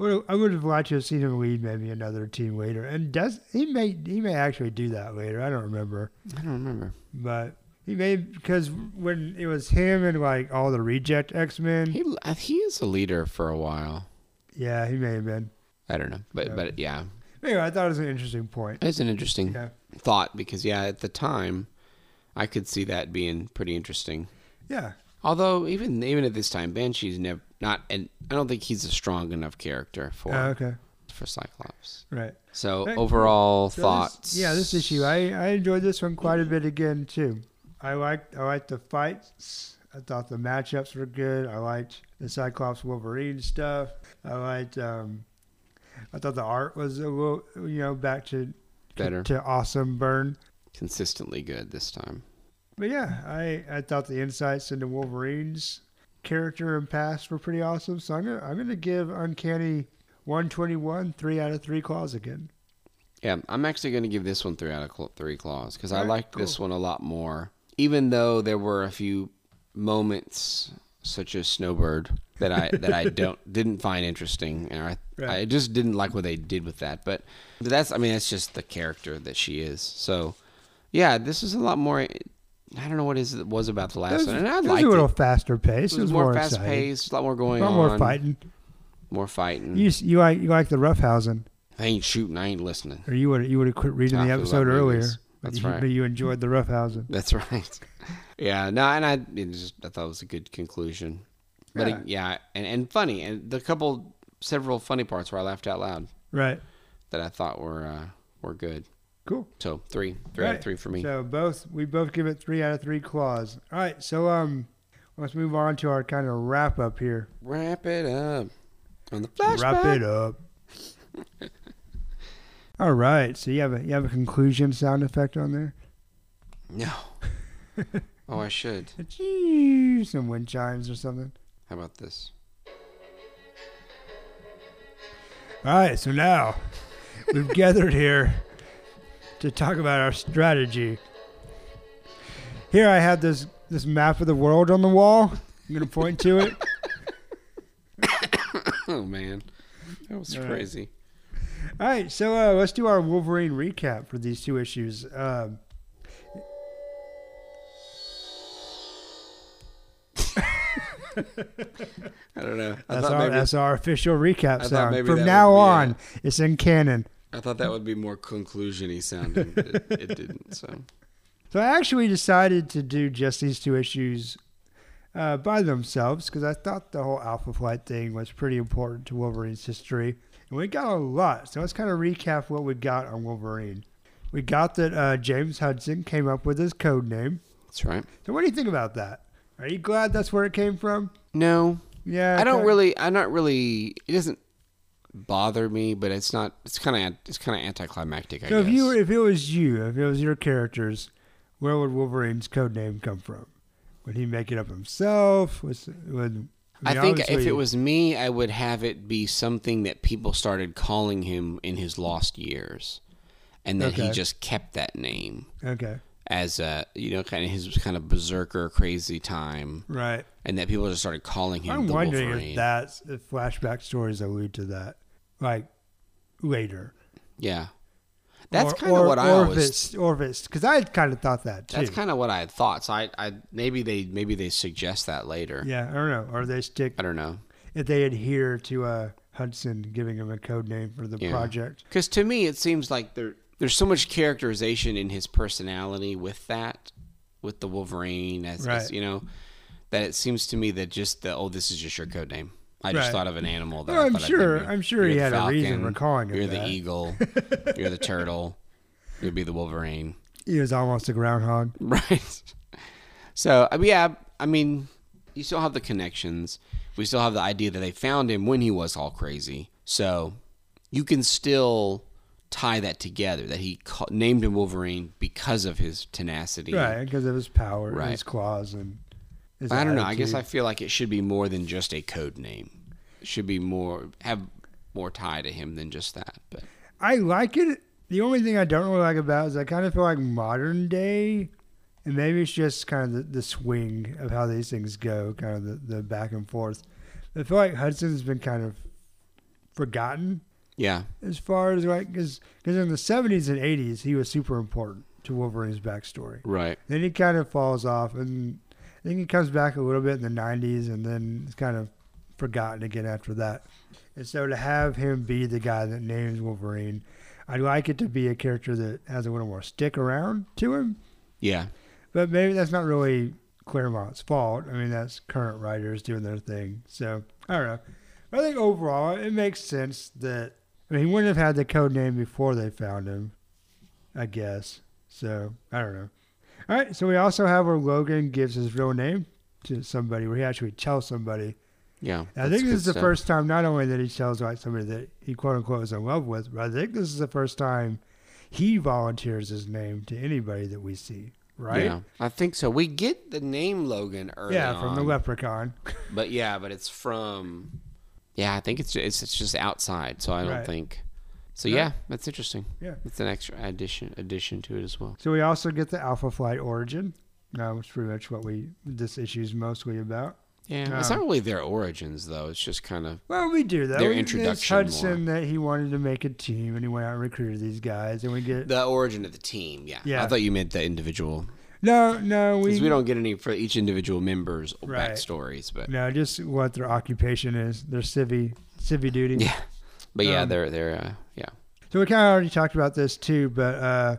B: I would- I would have liked to have seen him lead maybe another team later, and does he may he may actually do that later. I don't remember
C: I don't remember.
B: but he made because when it was him and like all the reject X Men,
C: He I- he is a leader for a while.
B: yeah, he may have been.
C: I don't know, but
B: Yeah.
C: but yeah,
B: Anyway, I thought it was an interesting point.
C: it's an interesting
B: Yeah,
C: thought because yeah, at the time, I could see that being pretty interesting.
B: yeah,
C: Although even even at this time, Banshee's never not, and I don't think he's a strong enough character for
B: Oh, okay,
C: for Cyclops.
B: right.
C: So
B: Okay,
C: overall
B: So this-
C: thoughts.
B: yeah, this issue, I I enjoyed this one quite a bit again too. I liked I liked the fights. I thought the matchups were good. I liked the Cyclops Wolverine stuff. I liked. Um, I thought the art was a little, you know, back to
C: Better.
B: to awesome burn.
C: Consistently good this time.
B: But yeah, I, I thought the insights into Wolverine's character and past were pretty awesome. So I'm gonna I'm gonna give Uncanny 121 three out of three claws again.
C: Yeah, I'm actually going to give this one three out of cl- three claws because I
B: Alright,
C: liked this one a lot more. Even though there were a few moments, such as Snowbird, that I that I don't didn't find interesting, and I
B: Right.
C: I just didn't like what they did with that. But that's I mean that's just the character that she is. So yeah, this is a lot more. I don't know what is it was about the last
B: It was,
C: one, and I
B: it was
C: liked
B: a little
C: it.
B: faster pace.
C: It was more fast
B: exciting.
C: paced, a lot more
B: A
C: going
B: lot
C: on, Hmm.
B: more fighting.
C: more fighting.
B: You s- you like you like the roughhousing,
C: I ain't shooting, I ain't listening.
B: or you would you would have quit reading
C: I
B: the
C: feel
B: episode
C: like
B: earlier.
C: movies.
B: but
C: That's
B: you-
C: right.
B: But you enjoyed the roughhousing.
C: That's right. yeah. No, and I it just I thought it was a good conclusion. But yeah,
B: Yeah.
C: and, and funny, and the couple several funny parts where I laughed out loud
B: Right.
C: that I thought were uh, were good.
B: Cool.
C: So three, three out of
B: Right.
C: three for me.
B: So both we both give it three out of three claws. All right. So um, let's move on to our kind of wrap up here.
C: Wrap it up on the flashback.
B: Wrap it up. All right. So you have a you have a conclusion sound effect on there.
C: No. oh, I should.
B: Achoo, Some wind chimes or something.
C: How about this?
B: All right. So now we've gathered here to talk about our strategy. Here I have this this map of the world on the wall. I'm gonna point to it.
C: Oh man, that was
B: All right.
C: crazy.
B: All right, so uh, let's do our Wolverine recap for these two issues. Um,
C: I don't know. I
B: that's,
C: thought
B: our,
C: maybe
B: that's our official recap
C: thought
B: sound.
C: maybe
B: From
C: that
B: now
C: would be uh,
B: on,
C: it.
B: it's in canon.
C: I thought that would be more conclusiony sounding. but it, it didn't. So
B: So I actually decided to do just these two issues uh, by themselves because I thought the whole Alpha Flight thing was pretty important to Wolverine's history. And we got a lot. So let's kind of recap what we got on Wolverine. We got that uh, James Hudson came up with his code name.
C: that's right.
B: So what do you think about that? Are you glad that's where it came from?
C: No,
B: Yeah.
C: I don't
B: okay.
C: really. I'm not really. It doesn't bother me, but it's not. It's kind of. It's kind of anticlimactic. I
B: So if
C: guess.
B: you were, if it was you, if it was your characters, where would Wolverine's code name come from? Would he make it up himself? Was would
C: I
B: mean,
C: think if
B: obviously-
C: it was me, I would have it be something that people started calling him in his lost years, and that he
B: Okay.
C: just kept that name
B: okay,
C: as a you know kind of his kind of berserker crazy time,
B: right?
C: and that people just started calling him
B: I'm
C: the
B: wondering
C: Wolverine.
B: if that's if flashback stories allude to that, like later.
C: yeah, that's
B: Or-
C: kind of
B: or-
C: what I
B: or if
C: always
B: it's- or if it's because I had kind of thought that too.
C: That's kind of what I had thought. So I, I maybe they maybe they suggest that later.
B: yeah, I don't know. Or they stick
C: I don't know.
B: if they adhere to uh, Hudson giving him a code name for the
C: Yeah.
B: project.
C: Because to me, it seems like there there's so much characterization in his personality with that, with the Wolverine, as, as,
B: Right.
C: you know, that it seems to me that just the oh, this is just your code name. I just
B: Right.
C: thought of an animal. That
B: Oh,
C: I
B: I'm
C: thought I'd
B: sure-
C: name you.
B: I'm sure
C: You're
B: he
C: the
B: had a reason for calling it
C: You're the
B: that.
C: eagle. you're the turtle. You'll be the Wolverine,
B: He was almost a groundhog.
C: right? So I mean, yeah, I mean, you still have the connections. We still have the idea that they found him when he was all crazy. So you can still tie that together that he ca- named him Wolverine because of his tenacity.
B: Right, because of his power, and
C: Right.
B: his claws, and his
C: I don't know. I guess I
B: attitude.
C: feel like it should be more than just a code name. It should be more have more tie to him than just that. But
B: I like it. The only thing I don't really like about it is I kind of feel like modern day, and maybe it's just kind of the, the swing of how these things go, kind of the, the back and forth. I feel like Hudson's been kind of forgotten
C: yeah,
B: as far as like because in the seventies and eighties he was super important to Wolverine's backstory.
C: right.
B: Then he kind of falls off, and I think he comes back a little bit in the 90s, and then it's kind of forgotten again after that. And so to have him be the guy that names Wolverine, I'd like it to be a character that has a little more stick around to him,
C: Yeah,
B: but maybe that's not really Claremont's fault. I mean, that's current writers doing their thing. So I don't know. I think overall it makes sense that I mean he wouldn't have had the code name before they found him, I guess. So I don't know. All right, so we also have where Logan gives his real name. to somebody where he actually tells somebody.
C: Yeah.
B: And I
C: that's
B: think this
C: good
B: is the
C: stuff.
B: first time not only that he tells like somebody that he quote unquote is in love with, but I think this is the first time he volunteers his name to anybody that we see. Right?
C: Yeah, I think so. We get the name Logan early.
B: Yeah, from the
C: on,
B: leprechaun.
C: But yeah, but it's from. Yeah, I think it's just, it's, it's just outside, so I don't
B: Right.
C: think. So
B: Right.
C: yeah, that's interesting.
B: Yeah.
C: It's an extra addition addition to it as well.
B: So we also get the Alpha Flight origin, uh, which is pretty much what we this issue is mostly about.
C: Yeah, it's
B: Um,
C: not really their origins though. It's just kind of
B: Well, we do that.
C: Their
B: we, it's
C: introduction more.
B: Hudson that he wanted to make a team, and he went out and recruited these guys, and we get
C: the origin of the team. Yeah,
B: Yeah.
C: I thought you meant the individual
B: no, no, we,
C: because we don't get any for each individual member's
B: Right.
C: backstories, but
B: no, just what their occupation is, their civvy civvy duty.
C: yeah, but yeah,
B: Um,
C: they're they're uh, yeah.
B: So we kind of already talked about this too, but uh,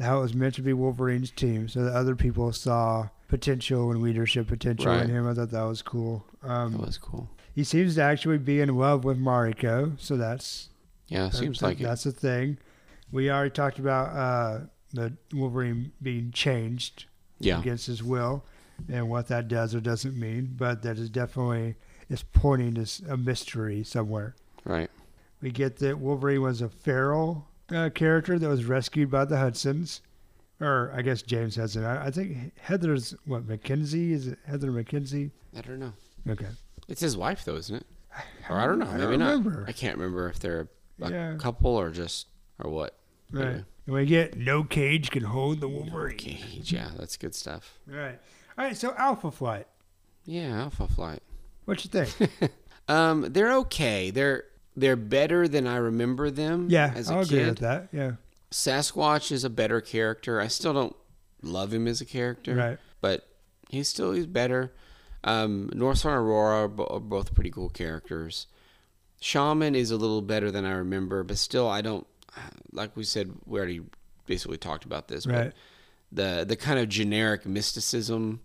B: how it was meant to be Wolverine's team, so that other people saw potential and leadership potential
C: Right.
B: in him. I thought that was cool.
C: That
B: Um,
C: was cool.
B: he seems to actually be in love with Mariko, so that's
C: Yeah,
B: That-
C: seems
B: that-
C: like it.
B: that's a thing. We already talked about uh, the Wolverine being changed
C: Yeah,
B: against his will, and what that does or doesn't mean. But that is definitely is pointing to s- a mystery somewhere.
C: right.
B: We get that Wolverine was a feral uh, character that was rescued by the Hudsons, or I guess James Hudson. I, I think Heather's what McKenzie is it Heather McKenzie?
C: I don't know.
B: Okay,
C: It's his wife though, isn't it? Or I don't know.
B: I
C: Maybe
B: don't
C: not.
B: remember.
C: I can't remember if they're a
B: Yeah.
C: couple or just or what.
B: right.
C: Anyway.
B: And we get no cage can hold the Wolverine.
C: Cage. Yeah, that's good stuff.
B: Right. All right. So Alpha Flight.
C: Yeah, Alpha Flight.
B: What you think?
C: Um, they're okay. They're they're better than I remember them.
B: Yeah,
C: as a
B: I'll
C: kid.
B: agree with that. Yeah,
C: Sasquatch is a better character. I still don't love him as a character,
B: Right.
C: But he's still he's better. Um, Northstar and Aurora are, bo- are both pretty cool characters. Shaman is a little better than I remember, but still I don't like we said we already basically talked about this,
B: Right.
C: but the the kind of generic mysticism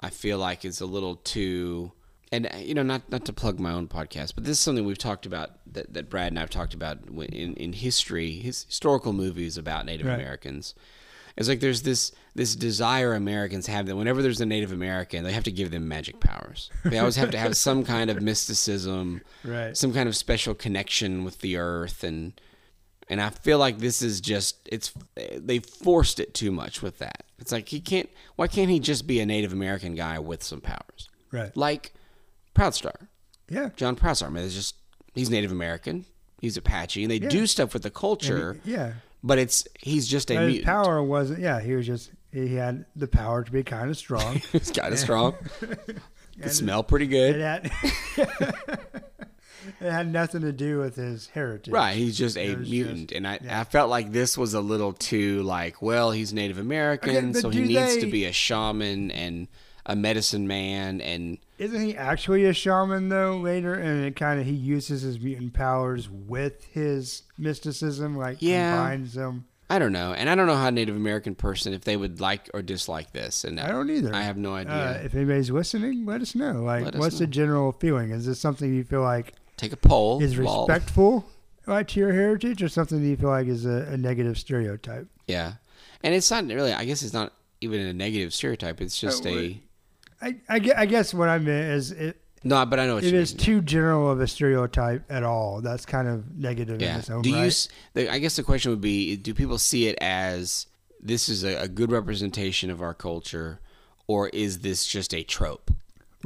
C: I feel like is a little too and uh, you know not not to plug my own podcast, but this is something we've talked about that, that Brad and I've talked about when- in in history, his historical movies about Native
B: Right.
C: Americans. It's like there's this this desire Americans have that whenever there's a Native American, they have to give them magic powers. They always have to have some kind of mysticism,
B: Right.
C: Some kind of special connection with the earth, and and I feel like this is just it's they forced it too much with that. It's like he can't. Why can't he just be a Native American guy with some powers,
B: right.
C: like Proudstar?
B: Yeah,
C: John Proudstar. I mean, it's just he's Native American. He's Apache, and they do stuff with the culture.
B: yeah.
C: But it's he's just a
B: But his
C: mutant.
B: power wasn't. Yeah, he was just he had the power to be kind of strong.
C: It's kind of strong. It smell pretty
B: it
C: good.
B: had it had nothing to do with his heritage.
C: Right, he's just a
B: was
C: mutant, and I, I felt like this was a little too like, well, he's Native American,
B: Okay, but
C: so he
B: do
C: needs to
B: they-
C: be a shaman and a medicine man, and
B: Isn't he actually a shaman though? Later, and it kind of he uses his mutant powers with his mysticism, like
C: Yeah.
B: combines them.
C: I don't know, and I don't know how Native American person if they would like or dislike this, and uh,
B: I don't either.
C: I have no idea.
B: Uh, if anybody's listening, let us know. Like,
C: Let us
B: what's the
C: know. Oh,
B: general feeling? Is this something you feel like
C: Take a poll.
B: is
C: lol.
B: respectful like to your heritage or something that you feel like is a, a negative stereotype
C: yeah, and it's not really. I guess it's not even a negative stereotype. It's just a
B: wait. I, I, gue- I guess what i meant is it,
C: no, but I know what
B: it
C: you
B: is
C: mean.
B: too general of a stereotype at all that's kind of negative in its own
C: do you?
B: right
C: s- The, I guess the question would be: Do people see it as this is a, a good representation of our culture, or is this just a trope,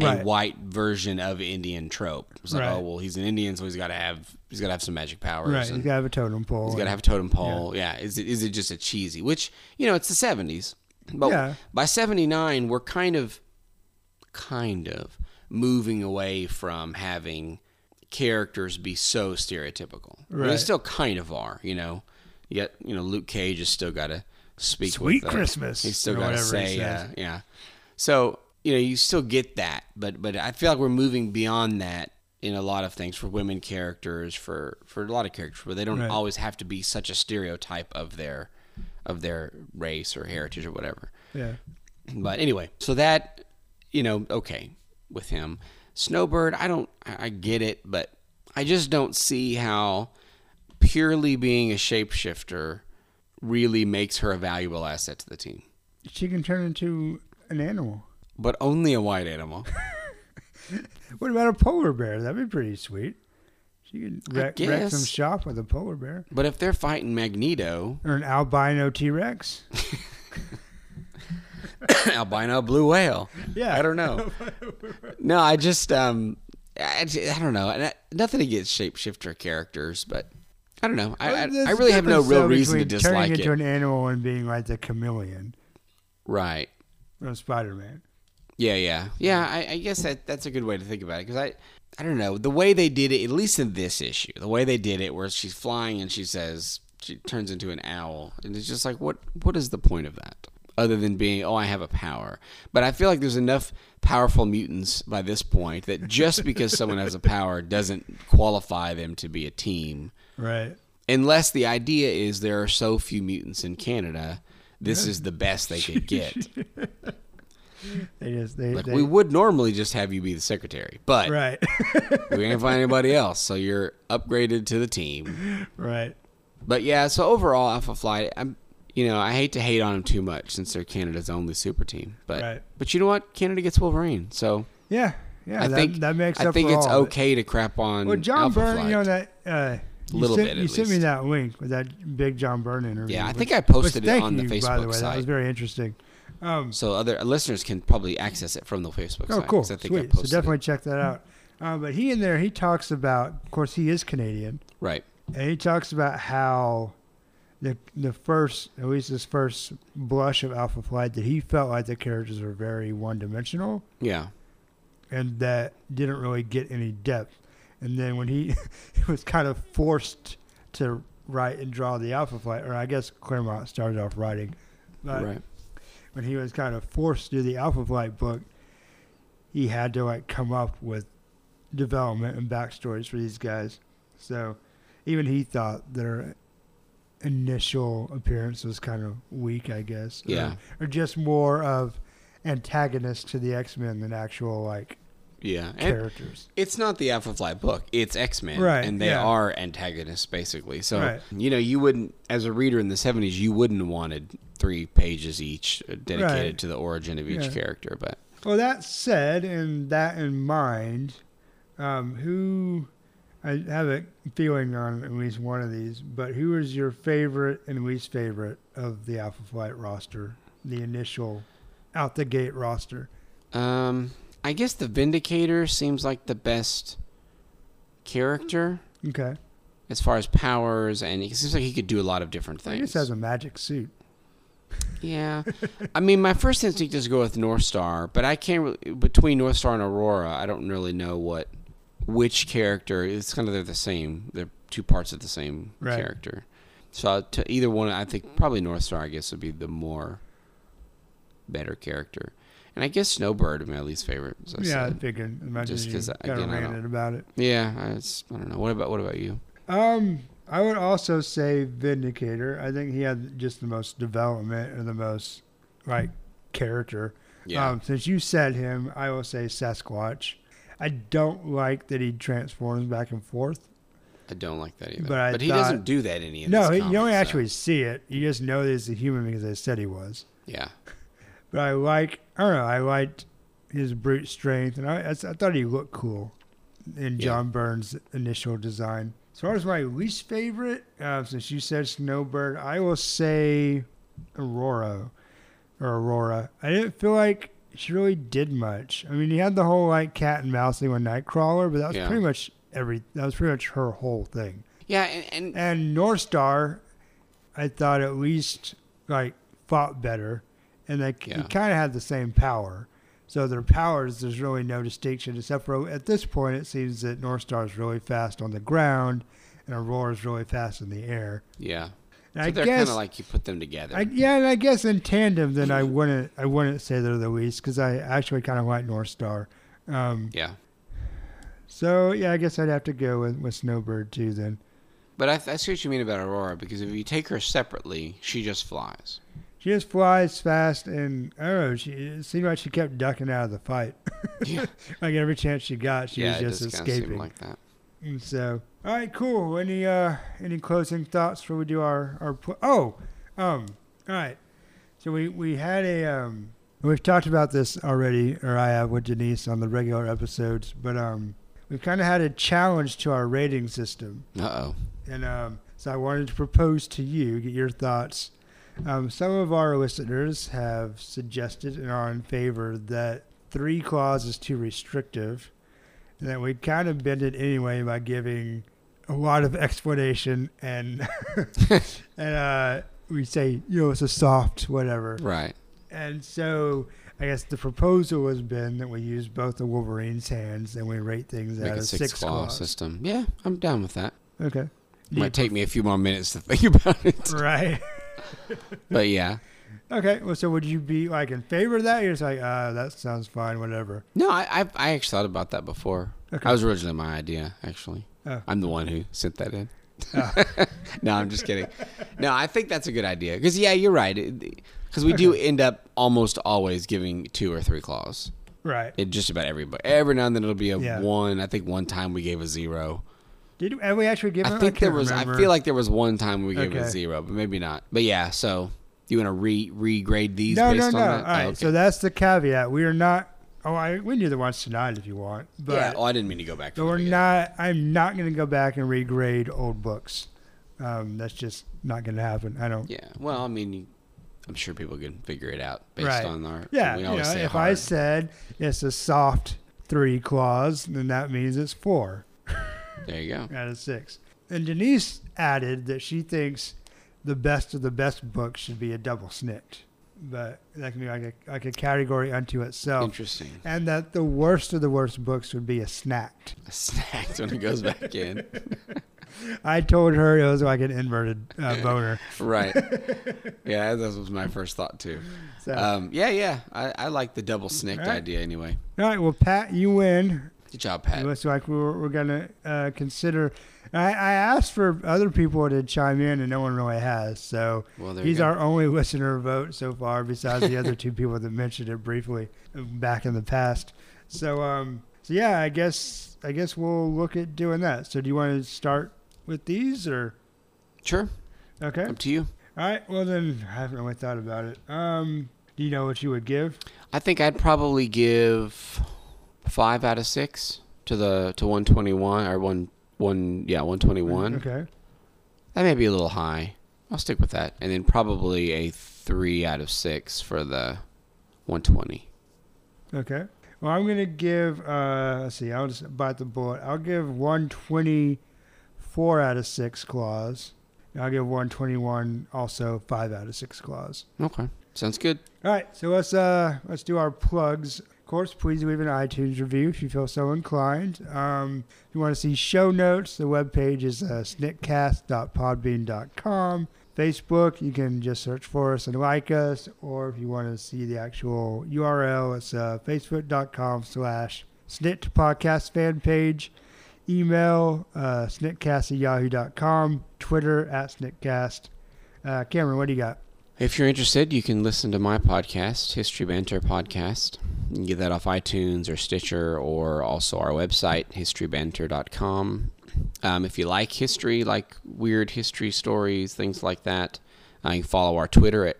B: Right.
C: a white version of Indian trope? It's like,
B: Right.
C: oh well, he's an Indian, so he's got to have he's got to have some magic powers.
B: right you
C: and
B: gotta have a totem pole
C: he's got to have a totem pole. Yeah. Is it is it just a cheesy? Which you know, it's the seventies, but
B: Yeah.
C: by seventy nine, we're kind of, kind of moving away from having characters be so stereotypical. I mean, They
B: Right.
C: still kind of are, you know. Yet you know, Luke Cage has still got to speak.
B: Sweet
C: with, uh,
B: Christmas,
C: He's still
B: or
C: got to
B: whatever he
C: say, uh,
B: says.
C: yeah. So you know, you still get that, but but I feel like we're moving beyond that in a lot of things for women characters, for for a lot of characters, where they don't
B: Right.
C: always have to be such a stereotype of their of their race or heritage or whatever.
B: yeah
C: But anyway, so that you know, okay with him. Snowbird, I don't, I I get it, but I just don't see how purely being a shapeshifter really makes her a valuable asset to the team.
B: she can turn into an animal
C: but only a white animal.
B: What about a polar bear? That'd be pretty sweet. She could
C: I
B: wreck, wreck some
C: guess.
B: shop with a polar bear
C: But if they're fighting Magneto,
B: or an albino T Rex.
C: albino blue whale,
B: Yeah,
C: I don't know. no, I just um, I, j- I don't know. And I, nothing against shapeshifter characters, but I don't know. I I, I really have no real reason to
B: turning
C: dislike it.
B: into an animal and being like the chameleon
C: right.
B: from Spider Man.
C: Yeah, yeah, yeah. I, I guess that that's a good way to think about it because I, I don't know the way they did it. At least in this issue, the way they did it, where she's flying and she says she turns into an owl, and it's just like, what what is the point of that? Other than being, oh, I have a power. But I feel like there's enough powerful mutants by this point that just because someone has a power doesn't qualify them to be a team
B: Right.
C: unless the idea is there are so few mutants in Canada, this is the best they could get.
B: They just they,
C: like
B: they
C: we would normally just have you be the secretary, but
B: right,
C: we can't find anybody else, so you're upgraded to the team.
B: right.
C: But yeah, so overall, Alpha Flight, I'm, you know, I hate to hate on them too much since they're Canada's only super team, but
B: Right.
C: but you know what, Canada gets Wolverine, so
B: Yeah, yeah.
C: I
B: that,
C: think
B: that makes
C: I
B: up
C: think
B: for
C: it's
B: all of it.
C: okay to crap on
B: Well, John
C: Alpha
B: Byrne,
C: Flight.
B: you know that. Uh, you
C: Little
B: sent,
C: bit, at
B: you sent me
C: least.
B: that link with that big John Byrne interview.
C: Yeah, I
B: which-
C: think I posted
B: which,
C: it
B: thank
C: on the
B: you, By the
C: Facebook
B: way, that was
C: site.
B: very interesting. Um,
C: so other uh, listeners can probably access it from the Facebook
B: oh,
C: site,
B: cool,
C: 'cause I think I
B: sweet. So
C: posted it.
B: definitely check that out. Uh, but he in there, he talks about. Of course, he is Canadian,
C: right.
B: and he talks about how the the first, at least his first blush of Alpha Flight, that he felt like the characters were very one dimensional.
C: Yeah.
B: and that didn't really get any depth. And then when he was kind of forced to write and draw the Alpha Flight, or I guess Claremont started off writing, but
C: right.
B: when he was kind of forced to do the Alpha Flight book, he had to like come up with development and backstories for these guys. So even he thought their initial appearance was kind of weak, I guess. or-
C: Yeah.
B: Or, just more of antagonists to the X Men than actual like
C: Yeah. And
B: characters.
C: it's not the Alpha Fly book. It's X Men.
B: Right,
C: And they
B: yeah.
C: are antagonists basically. So
B: Right.
C: you know, you wouldn't as a reader in the seventies, you wouldn't have wanted three pages each dedicated
B: Right.
C: to the origin of each
B: Yeah.
C: character, but
B: Well, that said, and that in mind, um, who I have a feeling on at least one of these, but who is your favorite and least favorite of the Alpha Flight roster, the initial out the gate roster?
C: um I guess the Vindicator seems like the best character
B: Okay,
C: as far as powers and it seems like he could do a lot of different
B: I
C: things.
B: guess has a magic suit.
C: Yeah, I mean, my first instinct is to go with North Star, but I can't really, between North Star and Aurora. I don't really know what which character. It's kind of they're the same. They're two parts of the same
B: Right.
C: character. So to either one, I think probably North Star. I guess would be the more better character, and I guess Snowbird would be my least favorite. As I
B: yeah, I
C: said.
B: figured. Imagine
C: Just
B: you
C: 'cause,
B: kind
C: again,
B: of
C: I
B: ranted
C: don't-
B: about it.
C: yeah. I, it's, I don't know. What about what about you?
B: Um, I would also say Vindicator. I think he had just the most development or the most like character.
C: Yeah,
B: Um, since you said him, I will say Sasquatch. I don't like that he transforms back and forth.
C: I don't like that either.
B: but
C: But,
B: I
C: he
B: thought-
C: doesn't do that any of
B: no,
C: these
B: he, you don't
C: comics, so-
B: actually see it. You just know that he's a human because they said he was.
C: Yeah,
B: But I like, I don't know, I liked his brute strength, and I, I s- I thought he looked cool in
C: Yeah.
B: John Byrne's initial design. As far as my least favorite, uh, since you said Snowbird, I will say Aurora or Aurora. I didn't feel like she really did much. I mean, he had the whole like cat and mouse thing with Nightcrawler, but that was
C: Yeah.
B: pretty much every. That was pretty much her whole thing.
C: yeah, and, and
B: And North Star, I thought at least like fought better, and they
C: Yeah.
B: kind of had the same power. So their powers, there's really no distinction except for at this point it seems that North Star is really fast on the ground, and Aurora is really fast in the air.
C: yeah.
B: And
C: So
B: I
C: they're
B: guess
C: kind of like Mm-hmm. you put them together.
B: I, yeah, and I guess in tandem, then I wouldn't I wouldn't say they're the least because I actually kind of like North Star. Um,
C: yeah.
B: so yeah, I guess I'd have to go with, with Snowbird too then.
C: But I, I see what you mean about Aurora because if you take her separately, she just flies.
B: She just flies fast, and I don't know. She it seemed like she kept ducking out of the fight.
C: Yeah,
B: like every chance she got, she was
C: yeah, it
B: just
C: does kind of seem
B: escaping.
C: like that.
B: And so, all right, cool. Any uh, any closing thoughts before we do our our pl- oh, um, all right. So we we had a um And we've talked about this already, or I have with Denise on the regular episodes, but um, we've kind of had a challenge to our rating system.
C: Uh oh.
B: And um, so I wanted to propose to you, get your thoughts. Um, some of our listeners have suggested and are in favor that three clause is too restrictive, and that we kind of bend it anyway by giving a lot of explanation and and uh, we say you know it's a soft whatever.
C: Right.
B: And so I guess the proposal has been that we use both the Wolverine's hands and we rate things
C: Make
B: out
C: a
B: of
C: six,
B: six
C: claw
B: claws.
C: system. Yeah, I'm down with that.
B: Okay.
C: It might take me a few more minutes to think about it.
B: right.
C: But yeah.
B: Okay, well, so would you be like in favor of that? You're just like, uh, that sounds fine, whatever.
C: No, I, I I actually thought about that before.
B: Okay.
C: That was originally my idea, actually.
B: Oh.
C: I'm the one who sent that in. no, I'm just kidding. No, I think that's a good idea. Because, yeah, you're right. Because we do end up almost always giving two or three claws.
B: Right.
C: It just about everybody. Every now and then it'll be a
B: Yeah.
C: one. I think one time we gave a zero.
B: Did and we actually give?
C: I
B: him-
C: think
B: can't
C: there was.
B: Remember.
C: I feel like there was one time we gave
B: Okay.
C: a zero, but maybe not. But yeah, so you want to re regrade these
B: no,
C: based
B: no,
C: on
B: no.
C: that?
B: All right,
C: Oh, okay.
B: so that's the caveat. We are not. Oh, I we can do the ones tonight if you want, but
C: yeah. Oh, I didn't mean to go back.
B: but
C: the
B: we're
C: beginning.
B: not. I'm not going to go back and regrade old books. Um, that's just not going to happen. I don't.
C: Yeah. Well, I mean, you- I'm sure people can figure it out based
B: Right.
C: on our.
B: Yeah,
C: We
B: you
C: always
B: know,
C: say
B: if I
C: hard.
B: said it's a soft three clause, then that means it's four.
C: there you go.
B: out of six. And Denise added that she thinks the best of the best books should be a double snicked, but that can be like a like a category unto itself.
C: Interesting.
B: And that the worst of the worst books would be a snacked.
C: A snack when it goes back in.
B: I told her it was like an inverted uh, boner.
C: right. Yeah, that was my first thought too.
B: So,
C: Um, yeah, yeah. I, I like the double snicked
B: All right.
C: idea anyway.
B: all right, well, Pat, you win.
C: Good job, Pat.
B: It looks like we we're, we're gonna uh, consider. I, I asked for other people to chime in, and no one really has. So
C: Well, there you
B: He's
C: go.
B: our only listener vote so far, besides the other two people that mentioned it briefly back in the past. So, um, so yeah, I guess I guess we'll look at doing that. So, do you want to start with these or
C: Sure.
B: okay? All
C: Up to you.
B: right. Well, then I haven't really thought about it. Um, do you know what you would give?
C: I think I'd probably give five out of six to the to 121 or one one yeah 121.
B: Okay.
C: That may be a little high. I'll stick with that. And then probably a three out of six for the 120.
B: Okay. Well, I'm gonna give. Uh, let's see. I'll just bite the bullet. I'll give 124 out of six claws. And I'll give 121 also five out of six claws.
C: Okay. Sounds good.
B: All right, so let's uh let's do our plugs. Of course, please leave an iTunes review if you feel so inclined. Um, if you want to see show notes, the webpage is uh, snickcast.podbean.com. Facebook, you can just search for us and like us, or if you want to see the actual URL, it's uh, facebook.com slash snit podcast fan page. Email uh, snitcast at yahoo.com. Twitter at snitcast. Uh, Cameron, what do you got?
C: If you're interested, you can listen to my podcast, History Banter Podcast. You can get that off iTunes or Stitcher or also our website, historybanter.com. Um, if you like history, like weird history stories, things like that, uh, you can follow our Twitter at,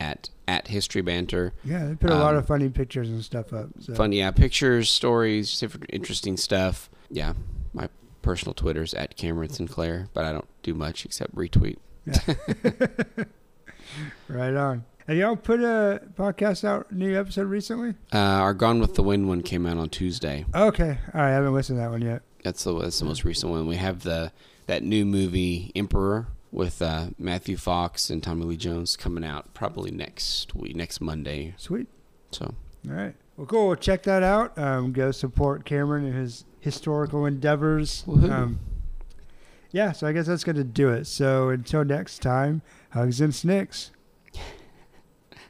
C: at, at History Banter.
B: Yeah, they put a lot
C: Um,
B: of funny pictures and stuff up. So.
C: fun yeah pictures stories just different interesting stuff yeah my personal twitter's at cameron sinclair but i don't do much except retweet
B: Right on. Have y'all put a podcast out, new episode recently?
C: uh, our gone with the wind one came out on tuesday
B: Okay. All right. I haven't listened to that one yet.
C: that's the that's the most recent one we have the that new movie emperor with uh, matthew fox and tommy lee jones coming out probably next week next monday
B: Sweet.
C: so
B: All right. Well, cool. Well, check that out. Um, go support Cameron and his historical endeavors.
C: Woohoo.
B: Um, yeah. So I guess that's going to do it. So until next time, hugs and snicks.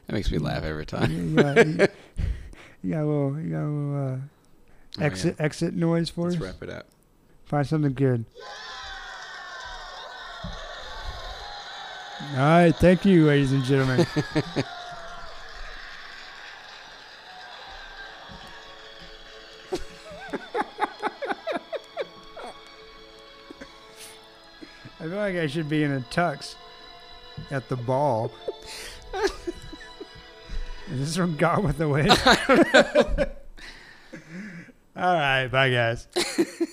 C: that makes me laugh every
B: You,
C: time
B: got, you, you got a little, you got a little uh,
C: Oh, yeah.
B: exit, exit noise for
C: Oh, let's
B: us.
C: wrap it up
B: Find something good. All right, thank you, ladies and gentlemen. I feel like I should be in a tux at the ball. Is this from God with the Wind? All right, bye guys.